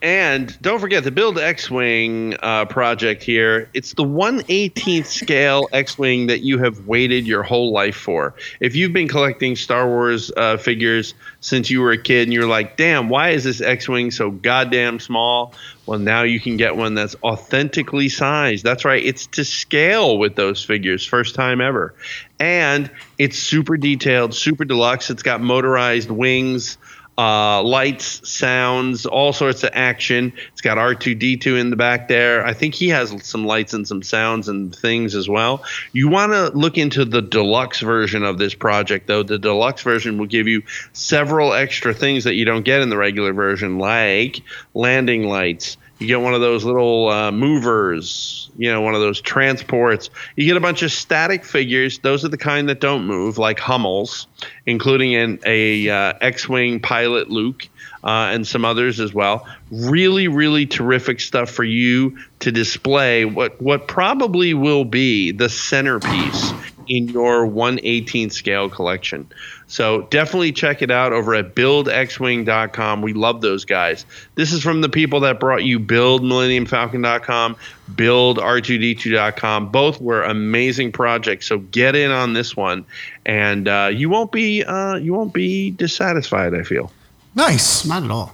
And don't forget the Build X Wing uh, project here. It's the 118th scale X Wing that you have waited your whole life for. If you've been collecting Star Wars uh, figures since you were a kid and you're like, damn, why is this X Wing so goddamn small? Well, now you can get one that's authentically sized. That's right, it's to scale with those figures, first time ever. And it's super detailed, super deluxe. It's got motorized wings uh, lights, sounds, all sorts of action. It's got R2D2 in the back there. I think he has some lights and some sounds and things as well. You want to look into the deluxe version of this project, though. The deluxe version will give you several extra things that you don't get in the regular version, like landing lights. You get one of those little uh, movers, you know, one of those transports. You get a bunch of static figures. Those are the kind that don't move, like Hummels, including an a uh, X-wing pilot Luke uh, and some others as well. Really, really terrific stuff for you to display. What what probably will be the centerpiece in your 118 scale collection. So definitely check it out over at buildxwing.com. We love those guys. This is from the people that brought you build millenniumfalcon.com, build r2d2.com. Both were amazing projects. So get in on this one and uh, you won't be uh, you won't be dissatisfied, I feel. Nice. Not at all.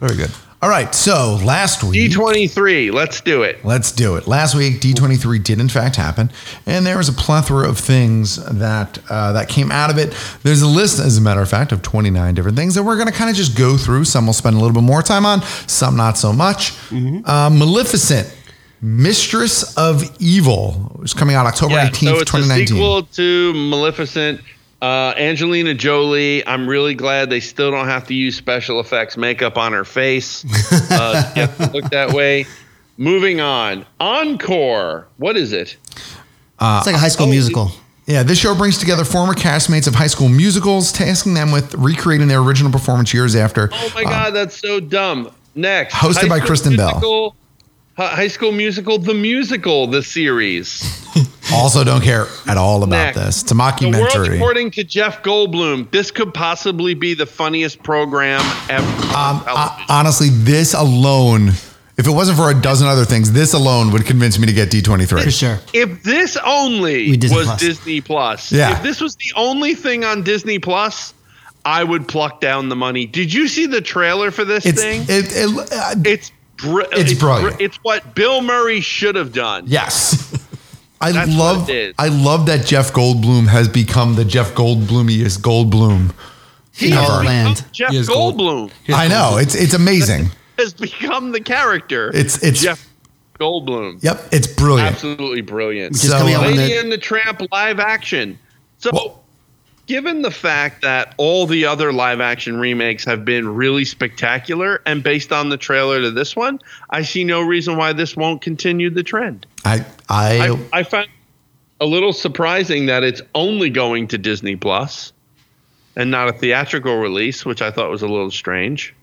Very good. All right. So last week, D23, let's do it. Let's do it. Last week, D23 did in fact happen, and there was a plethora of things that uh, that came out of it. There's a list, as a matter of fact, of 29 different things that we're going to kind of just go through. Some we'll spend a little bit more time on, some not so much. Mm-hmm. Uh, Maleficent, Mistress of Evil, is coming out October 18th, so it's a 2019. sequel to Maleficent. Uh, Angelina Jolie. I'm really glad they still don't have to use special effects makeup on her face. Uh, you have to look that way. Moving on. Encore. What is it? Uh, It's like a high school musical. Yeah, this show brings together former castmates of high school musicals, tasking them with recreating their original performance years after. Oh my God, that's so dumb. Next, Uh, Hosted by School Kristen Bell. musical, Bell. High School Musical, the musical, the series. Also, don't care at all about Next. this. It's a The world mockumentary. according to Jeff Goldblum. This could possibly be the funniest program ever. Um, on television. Honestly, this alone, if it wasn't for a dozen other things, this alone would convince me to get D23. For sure. if this only We Disney was Plus. Disney Plus, Yeah. if this was the only thing on Disney Plus, I would pluck down the money. Did you see the trailer for this It's- thing? it- it- uh, it's, br- it's brilliant. br- it's what Bill Murray should have done. Yes. I That's what love it is. I love that Jeff Goldblum has become the Jeff Goldblumiest Goldblum. He ever. has become Oh, Jeff He is gold- Goldblum I know. It's it's amazing. has become the character. It's- it's- Jeff Goldblum. Yep, it's brilliant. Absolutely brilliant. Which is So, coming out when Lady the- and the Tramp live action. So, given the fact that all the other live action remakes have been really spectacular, and based on the trailer to this one, I see no reason why this won't continue the trend. I I, I, I find a little surprising that it's only going to Disney Plus and not a theatrical release, which I thought was a little strange.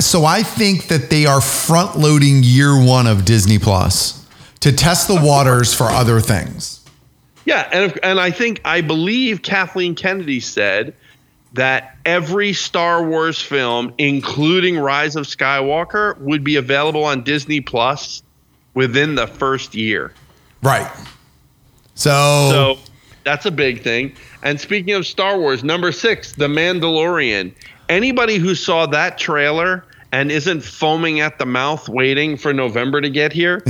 So I think that they are front loading year one of Disney Plus to test the waters for other things. Yeah, and if, and I think I believe Kathleen Kennedy said that every Star Wars film, including Rise of Skywalker, would be available on Disney Plus within the first year. Right. So, So that's a big thing. And speaking of Star Wars, number six, The Mandalorian. Anybody who saw that trailer and isn't foaming at the mouth waiting for November to get here is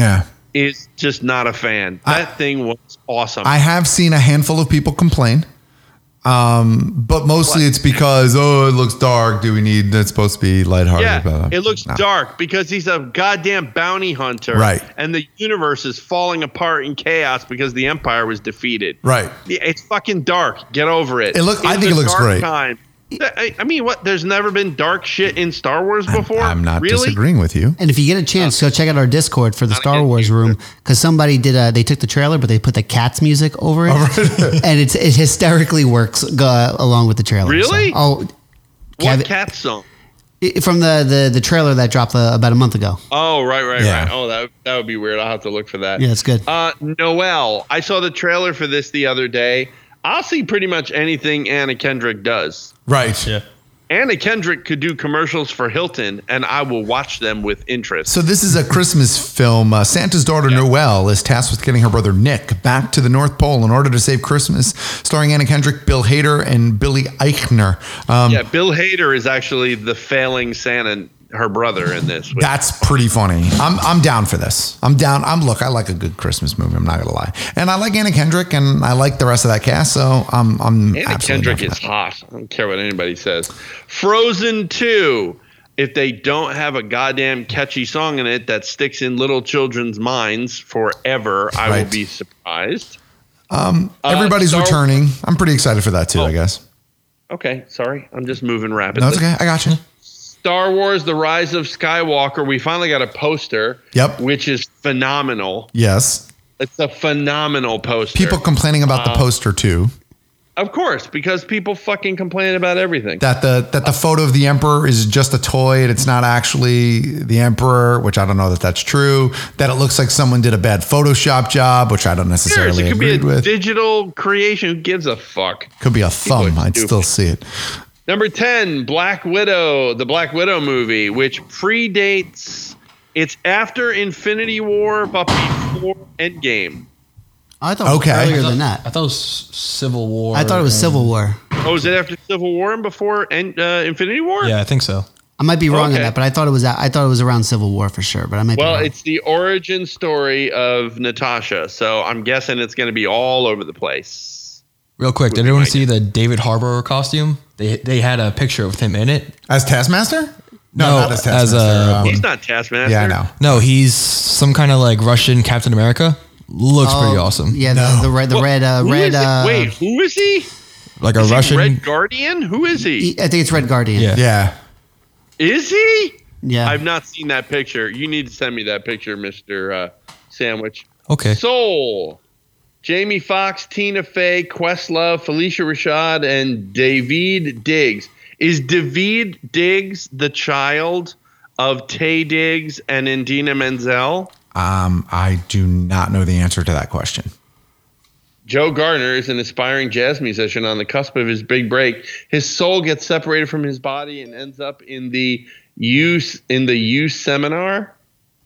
yeah. just not a fan. That thing was awesome. I have seen a handful of people complain. Um, but mostly it's because oh, it looks dark. Do we need? That's supposed to be lighthearted. Yeah, blah, blah. it looks dark because he's a goddamn bounty hunter. Right. And the universe is falling apart in chaos because the empire was defeated. Right. Yeah, It's fucking dark. Get over it. It look- I It's think a it looks dark great. Time. I, I mean, what? There's never been dark shit in Star Wars before. I'm not really. disagreeing with you. And if you get a chance, go check out our Discord for the Star Wars room because somebody did. A, they took the trailer, but they put the cats music over it, and it's it hysterically works go, along with the trailer. Really? So, oh, What cat song? i- from the, the the trailer that dropped uh, about a month ago. Oh, right, right, Yeah. right. Oh, that that would be weird. I'll have to look for that. Yeah, it's good. Uh, Noel, I saw the trailer for this the other day. I'll see pretty much anything Anna Kendrick does. Right. Yeah. Anna Kendrick could do commercials for Hilton, and I will watch them with interest. So this is a Christmas film. Uh, Santa's daughter Noelle is tasked with getting her brother Nick back to the North Pole in order to save Christmas, starring Anna Kendrick, Bill Hader, and Billy Eichner. Um, yeah, Bill Hader is actually the failing Santa her brother in this. which- That's pretty funny. I'm I'm down for this. I'm down. I'm look. I like a good Christmas movie. I'm not gonna lie, and I like Anna Kendrick, and I like the rest of that cast. So I'm I'm Anna Kendrick is hot. I don't care what anybody says. Frozen 2. If they don't have a goddamn catchy song in it that sticks in little children's minds forever, I will Right. be surprised. Um, Uh, everybody's Star- Oh, returning. I'm pretty excited for that too. I guess. Okay, sorry. I'm just moving rapidly. No, it's okay. I got you. Star Wars The Rise of Skywalker. We finally got a poster. Yep. Which is phenomenal. Yes. It's a phenomenal poster. People complaining about Uh, the poster too. Of course, because people fucking complain about everything. That the uh, that the photo of the emperor is just a toy and it's not actually the emperor, which I don't know that that's true. That it looks like someone did a bad Photoshop job, which I don't Serious, necessarily it could be agree a with. digital creation. Who gives a fuck? could be a thumb. I'd stupid. still see it. Number 10, Black Widow, the Black Widow movie, which predates, it's after Infinity War, but before Endgame. I thought okay. Okay. earlier I thought- than that. I thought it was Civil War. I thought it was Civil War. Oh, is it after Civil War and before en- uh, Infinity War? Yeah, I think so. I might be wrong on Okay. that, but I thought it was that. I thought it was around Civil War for sure. But I might. Well, be wrong. it's the origin story of Natasha, so I'm guessing it's going to be all over the place. Real quick, did anyone see the David Harbour costume? They they had a picture of him in it. As Taskmaster? No, as um, a- He's not Taskmaster. No, he's some kind of like Russian Captain America. Looks Oh, pretty awesome. Yeah, the, the red, the red, uh, Who red. is it? uh, Wait, who is he? Like a Is he Russian. Red Guardian? Who is he? e, I think it's Red Guardian. Yeah. Yeah. Is he? Yeah. I've not seen that picture. You need to send me that picture, Mister uh, Sandwich. Okay. Soul. Jamie Foxx, Tina Fey, Questlove, Felicia Rashad, and David Diggs. Is David Diggs the child of Tay Diggs and Indina Menzel? Um, I do not know the answer to that question. Joe Gardner is an aspiring jazz musician on the cusp of his big break. His soul gets separated from his body and ends up in the use in the use seminar.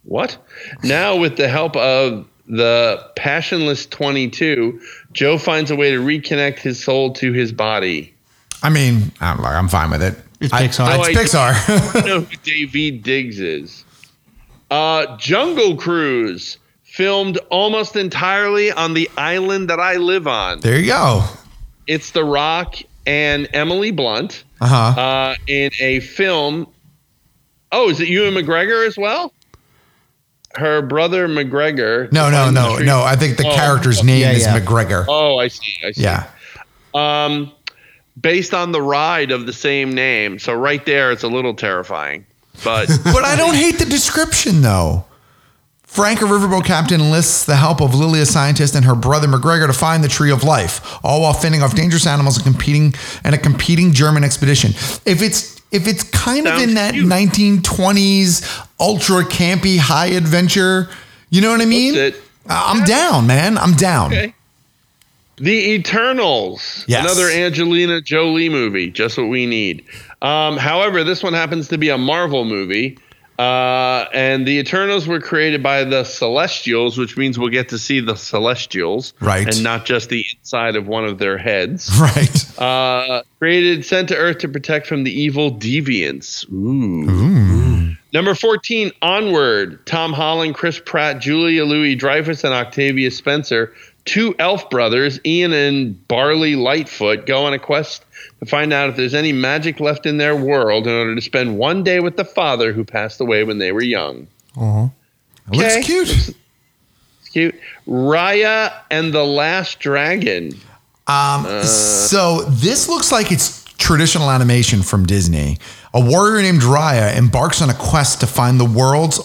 What? Now with the help of the passionless 22, Joe finds a way to reconnect his soul to his body. I mean, I'm like, I'm fine with it. It's Pixar. No it's idea. Pixar. Oh, I know who Davy Diggs is. Uh, Jungle Cruise, filmed almost entirely on the island that I live on. there you go. It's The Rock and Emily Blunt Uh huh. uh, in a film. Oh, is it you and McGregor as well? Her brother McGregor. No, no, I'm no, sure- no. I think the Oh, character's oh, name is McGregor. Oh, I see. I see. Yeah. Um, based on the ride of the same name. So right there, it's a little terrifying. But But I don't hate the description though. Frank, a riverboat captain, enlists the help of Lily, a scientist, and her brother McGregor to find the Tree of Life, all while fending off dangerous animals and competing and a competing German expedition. If it's if it's kind of in that 1920s ultra campy high adventure, you know what I mean? That's it. I'm down, man. I'm down. Okay. The Eternals, Yes. another Angelina Jolie movie, just what we need. Um, however, this one happens to be a Marvel movie, uh, and the Eternals were created by the Celestials, which means we'll get to see the Celestials, Right. and not just the inside of one of their heads. Right. Uh, created, sent to Earth to protect from the evil deviants. Ooh. Number 14, Onward. Tom Holland, Chris Pratt, Julia Louis Dreyfus, and Octavia Spencer, two elf brothers, Ian and Barley Lightfoot, go on a quest to find out if there's any magic left in their world in order to spend one day with the father who passed away when they were young. Uh-huh. Okay. Looks cute. It's cute. Raya and the Last Dragon. Um, so this looks like it's traditional animation from Disney. A warrior named Raya embarks on a quest to find the world's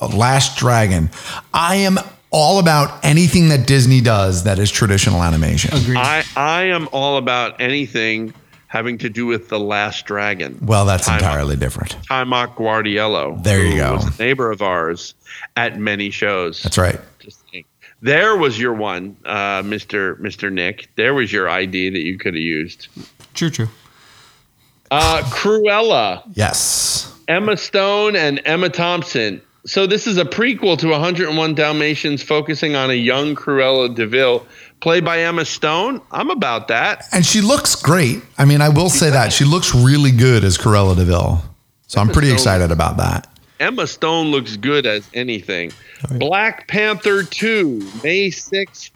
last dragon. I am all about anything that Disney does that is traditional animation. I, I am all about anything having to do with the Last Dragon. Well, that's entirely different. Timok Guardiello. There you who go. Was a neighbor of ours at many shows. That's right. Just saying. There was your one, uh, Mister Mister Nick. There was your ID that you could have used. True, true. Uh, Cruella, Yes. Emma Stone, and Emma Thompson. So this is a prequel to 101 Dalmatians, focusing on a young Cruella Deville, played by Emma Stone. I'm about that. And she looks great. I mean, I will say that she looks really good as Corella Deville. So I'm pretty excited about that. Emma Stone looks good as anything. Black Panther 2, May 6th,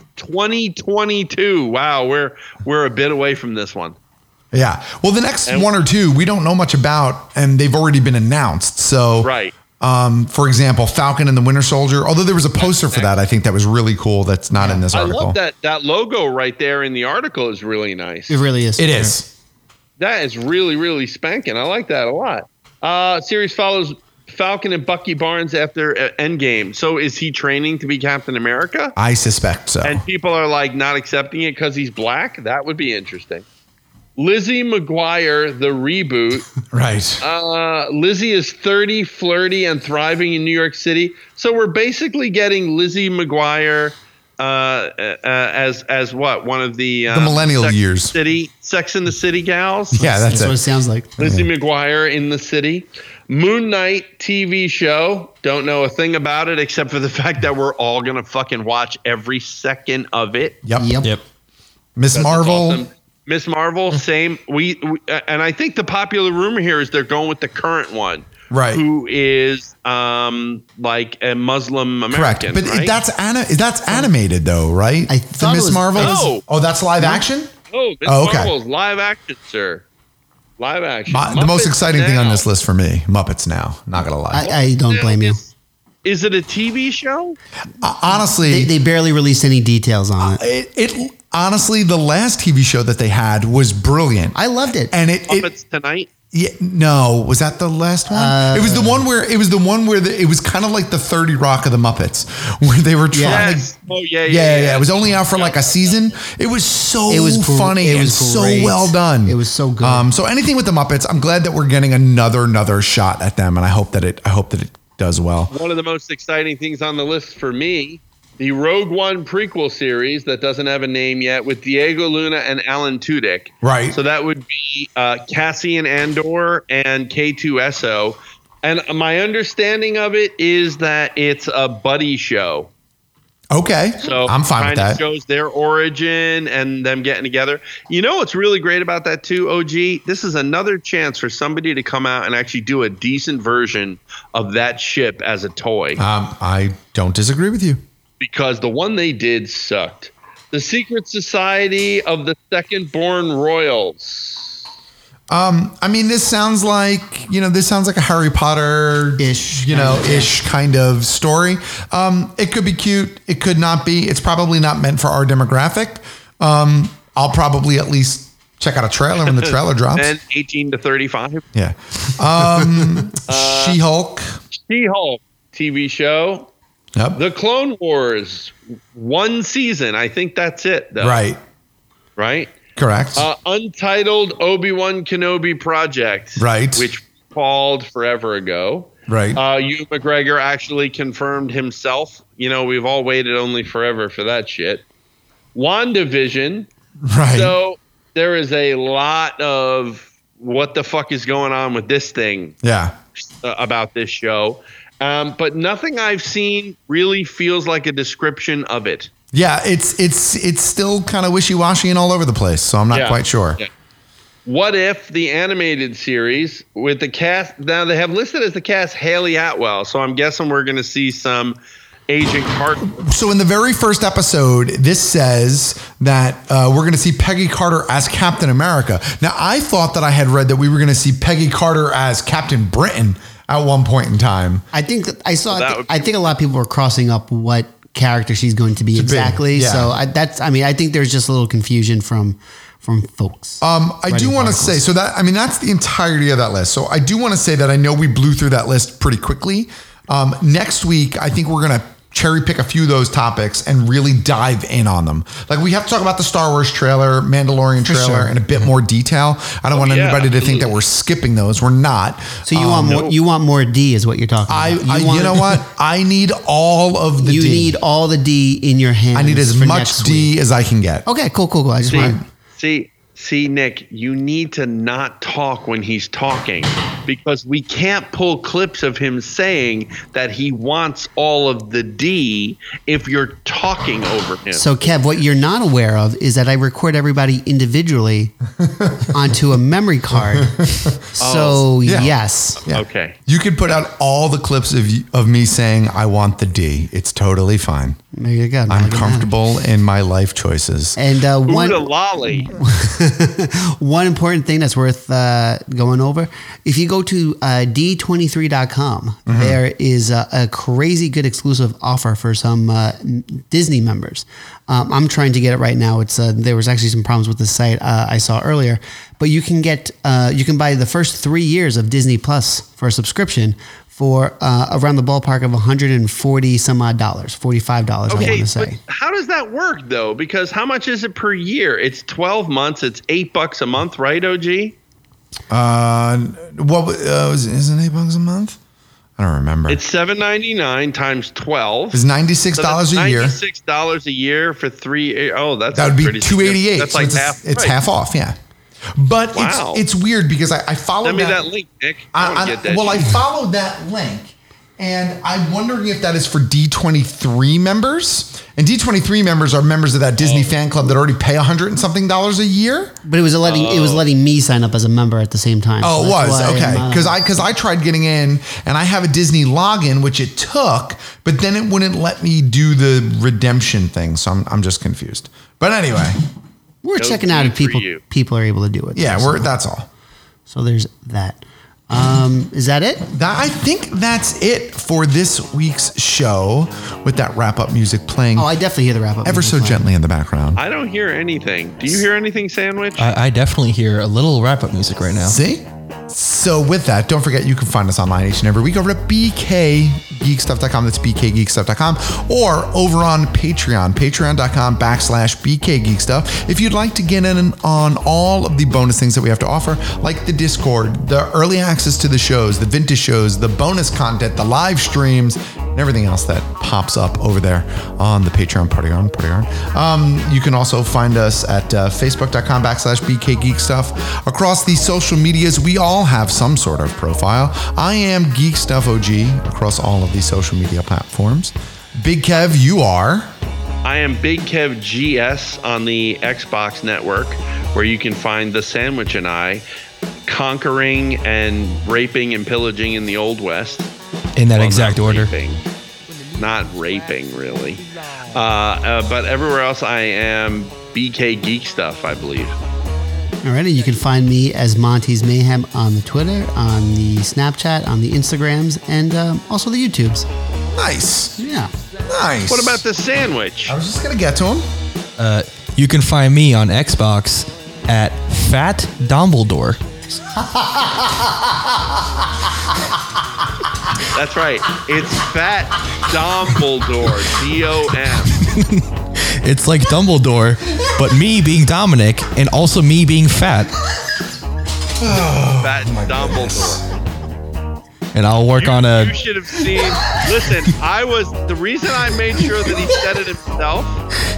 2022. Wow, we're we're a bit away from this one. Yeah. Well, the next one or two we don't know much about, and they've already been announced. So, right. Um, for example, Falcon and the Winter Soldier. Although there was a poster for that, I think that was really cool. That's not in this I article. love that that logo right there in the article is really nice. It really is. It is. That is really really spanking. I like that a lot. Uh, series follows Falcon and Bucky Barnes after uh, Endgame. So is he training to be Captain America? I suspect so. And people are like not accepting it because he's black. That would be interesting. Lizzie McGuire, the reboot. right. Uh, Lizzie is 30, flirty, and thriving in New York City. So we're basically getting Lizzie McGuire uh, uh, as as what one of the uh, The millennial Sex and years. the City Sex in the City gals. Yeah, that's, it. Lizzie McGuire in the city. Moon Knight TV show. Don't know a thing about it except for the fact that we're all gonna fucking watch every second of it. Yep. Yep. Yep. Miss Marvel. Miss Marvel, same. We, we uh, and I think the popular rumor here is they're going with the current one, Right. Who is um like a Muslim Correct. American? But right? that's ana- that's animated though, right? I thought it Miss was- Marvel. is- No. Oh, that's live action. oh, Miss Oh, okay. Marvel's live action, sir. Live action. My- the most Muppets exciting thing on Now. this list for me, Muppets Now. Not gonna lie. I, I don't blame you. is it a TV show? honestly, they, they barely released any details on it. it, it honestly the last TV show that they had was brilliant. I loved it, and it, it Muppets tonight. yeah, no, was that the last one? it was Uh, the one where it was the one where the, it was kind of like the Thirty Rock of the Muppets, where they were trying. Yes. to Oh yeah, yeah, yeah, yeah, It was only out for like a season. It was so It was gr- funny it and was so great. well done. It was so good. Um, so anything with the Muppets, I'm glad that we're getting another another shot at them, and I hope that it I hope that it does well. One of the most exciting things on the list for me, the Rogue One prequel series that doesn't have a name yet with Diego Luna and Alan Tudyk. Right. So that would be uh, Cassian Andor and K2SO. And my understanding of it is that it's a buddy show. Okay, So I'm fine with kinda that. Shows their origin and them getting together. You know what's really great about that too, OG? This is another chance for somebody to come out and actually do a decent version of that ship as a toy Um, I don't disagree with you. because the one they did sucked. The Secret Society of the Second Born Royals. Um, I mean, this sounds like you know, this sounds like a Harry Potter ish, you know, ish kind of story. Um, it could be cute. It could not be. It's probably not meant for our demographic. Um, I'll probably at least check out a trailer when the trailer drops. And 18 to 35. yeah. Um, Uh, she Hulk. She Hulk TV show. Yep. The Clone Wars, one season. I think that's it, though. Right. Right? Correct. Uh, Untitled Obi Wan Kenobi Project. Right. Which called forever ago. Right. Uh, Hugh McGregor actually confirmed himself. You know, we've all waited only forever for that shit. WandaVision. Right. So there is a lot of what the fuck is going on with this thing yeah. uh, about this show. Um, but nothing I've seen really feels like a description of it. Yeah. It's it's it's still kind of wishy washy and all over the place. So I'm not Yeah. quite sure. Yeah. What if the animated series with the cast? Now they have listed as the cast Haley Atwell, so I'm guessing we're going to see some Agent Carter. So in the very first episode, this says that uh, we're going to see Peggy Carter as Captain America. Now, I thought that I had read that we were going to see Peggy Carter as Captain Britain at one point in time. I think I saw. I, think, I think a lot of people were crossing up what character she's going to be exactly. yeah. So I, that's. I mean, I think there's just a little confusion from from folks. Um, I do Writing want to articles. say so that I mean that's the entirety of that list. So I do want to say that I know we blew through that list pretty quickly. Um, next week, I think we're going to cherry pick a few of those topics and really dive in on them. Like we have to talk about the Star Wars trailer, Mandalorian For trailer sure. Oh, in a bit more detail. I don't want yeah, anybody to think that we're skipping those. We're not. So you want more? You want more D is what you're talking Oh, I, about. I you, want- know what? I need all of the You D. need all the D in your hand. I need as much D as I can get. Okay, cool, cool, cool. I just See, want. see, see, Nick, you need to not talk when he's talking. because we can't pull clips of him saying that he wants all of the D if you're talking over him. So, Kev, what you're not aware of is that I record everybody individually onto a memory card. Oh. So, yes. Okay. You could put out all the clips of you, of me saying I want the D. It's totally fine. There you go. I'm comfortable in my life choices. Eh. And uh, Ooh, one the lolly. one important thing that's worth uh, going over if you go to uh, d23.com Mm-hmm. Mhm. there is a, a crazy good exclusive offer for some uh, n- disney members um, i'm trying to get it right now it's uh, there was actually some problems with the site uh, i saw earlier but you can get uh, you can buy the first three years of disney plus for a subscription for uh, around the ballpark of 140 some odd dollars 45 dollars i want Okay, to say but how does that work though? Because how much is it per year? It's 12 months. It's eight bucks a month, right, OG? Uh, what wa- uh, was, isn't it eight bucks a month? I don't remember. It's seven ninety nine times twelve. It's $96 a year. Ninety six dollars a year for three. Oh, that's that would be pretty two eighty eight. significant. That's like it's, half. It's price. half off. Yeah, but Wow. it's it's weird because I, I followed Send me that link, Nick. I, I- wanna I- get that well, I shit. followed that link, and I'm wondering if that is for D23 members. And D23 members are members of that Disney Oh. fan club that already pay a hundred and something dollars a year. But it was letting it was letting me sign up as a member at the same time. Oh, So it that's was why I'm uh, okay not- because I because I tried getting in and I have a Disney login which it took, but then it wouldn't let me do the redemption thing, so I'm I'm just confused. But anyway, we're Those checking out be if people for you. people are able to do it. yeah, So- we're that's all. So there's that. Um, is that it? That, I think that's it for this week's show with that wrap up music playing. Oh, I definitely hear the wrap up. Ever so gently in the background. I don't hear anything. Do you hear anything, Sandwich? I, I definitely hear a little wrap up music right now. See? So, with that, don't forget you can find us online each and every week over at bkgeekstuff.com. That's bkgeekstuff.com or over on Patreon, patreon.com backslash bkgeekstuff. If you'd like to get in on all of the bonus things that we have to offer, like the Discord, the early access to the shows, the vintage shows, the bonus content, the live streams, and everything else that pops up over there on the Patreon party on party on. Um, you can also find us at uh, facebook.com backslash BK Geek Stuff. Across the social medias, we all have some sort of profile. I am Geek Stuff OG across all of the social media platforms. Big Kev, you are. I am Big Kev GS on the Xbox Network, where you can find the Sandwich and I conquering and raping and pillaging in the Old West. In that Well, exact not order. Raping. Not raping, really. Uh, uh, but everywhere else, I am BK Geek Stuff, I believe. Alrighty, you can find me as Monty's Mayhem on the Twitter, on the Snapchat, on the Instagrams, and um, also the YouTubes. Nice. Yeah. Nice. What about the sandwich? I was just going to get to him. Uh, you can find me on Xbox at Fat Dumbledore. That's right. It's Fat Dumbledore. D O M. It's like Dumbledore, but me being Dominic and also me being fat. Oh Fat Dumbledore. And I'll work on a. You should have seen. Listen, I was the reason I made sure that he said it himself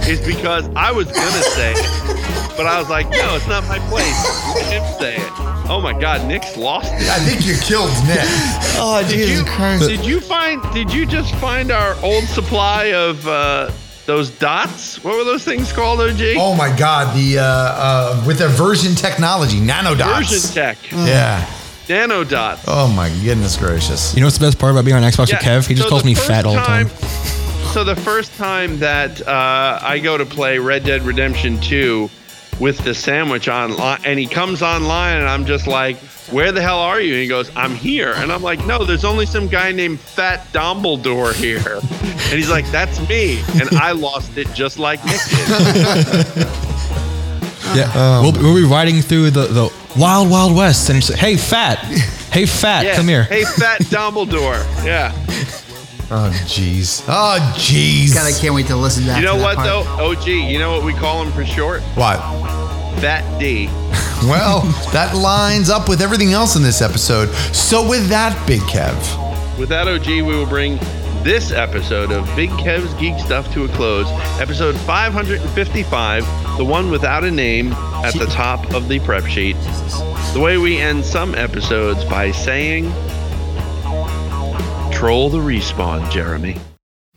is because I was gonna say it, but I was like, no, it's not my place. Let him say it. Oh my God, Nick's lost it. I think you killed Nick. oh, Jesus did you, Christ! Did you find? Did you just find our old supply of uh, those dots? What were those things called, OG? Oh my God, the uh, uh, with the version technology, nanodots. Version tech. Yeah. Nanodots. Oh my goodness gracious. You know what's the best part about being on Xbox with Yeah, Kev? He just so calls the me first fat all the time. So the first time that uh, I go to play Red Dead Redemption 2 with the sandwich online, and he comes online, and I'm just like, "Where the hell are you?" And he goes, "I'm here," and I'm like, "No, there's only some guy named Fat Dumbledore here," and he's like, "That's me," and I lost it just like Nick did. Yeah, Oh. we'll, we'll be riding through the, the wild, wild west, and it's like, hey, fat, hey, fat, Yeah. come here. Hey, Fat Dumbledore. Yeah. Oh jeez. Oh jeez. God, I can't wait to listen to that. You know to what that part. though? OG. You know what we call him for short? What? Fat D. Well, that lines up with everything else in this episode. So with that, Big Kev. Without OG, we will bring this episode of Big Kev's Geek Stuff to a close. Episode 555, the one without a name, at the top of the prep sheet. The way we end some episodes by saying, Troll the respawn, Jeremy.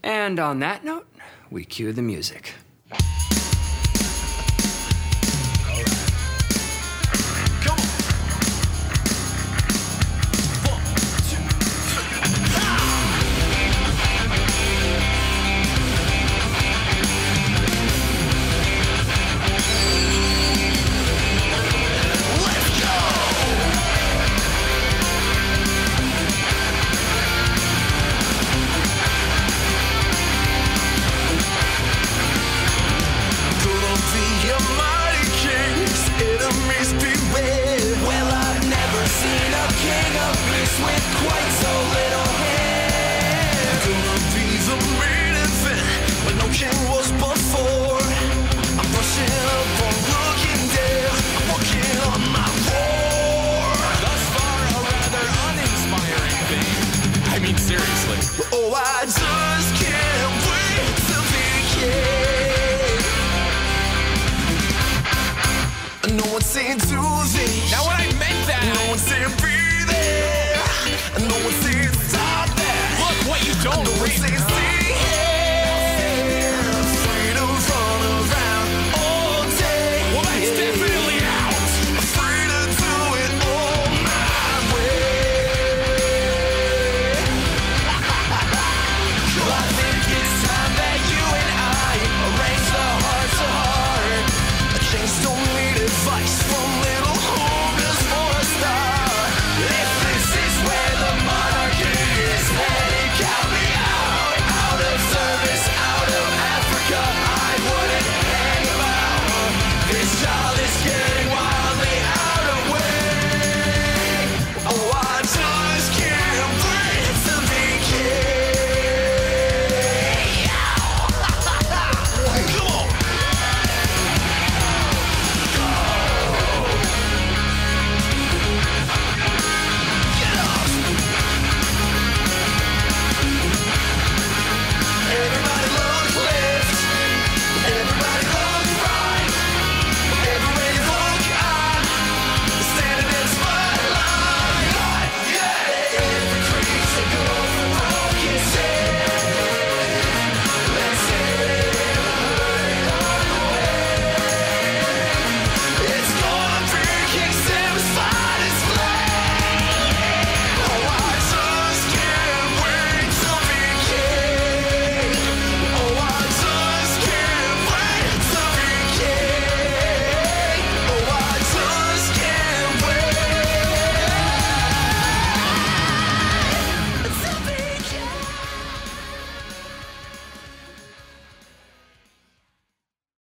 And on that note, we cue the music. Don't be a mighty kings, enemies beware. Well, I've never seen a king of peace with quite so little hair. Gonna be the main event when no king was before. I'm brushing up on looking down, I'm walking on my roar. Thus far, a rather uninspiring thing. I mean, seriously. Oh, I just can't wait to begin. No one said do this. Now when I meant that. No one said be there. No one said stop that. Look what you don't no read. One said stop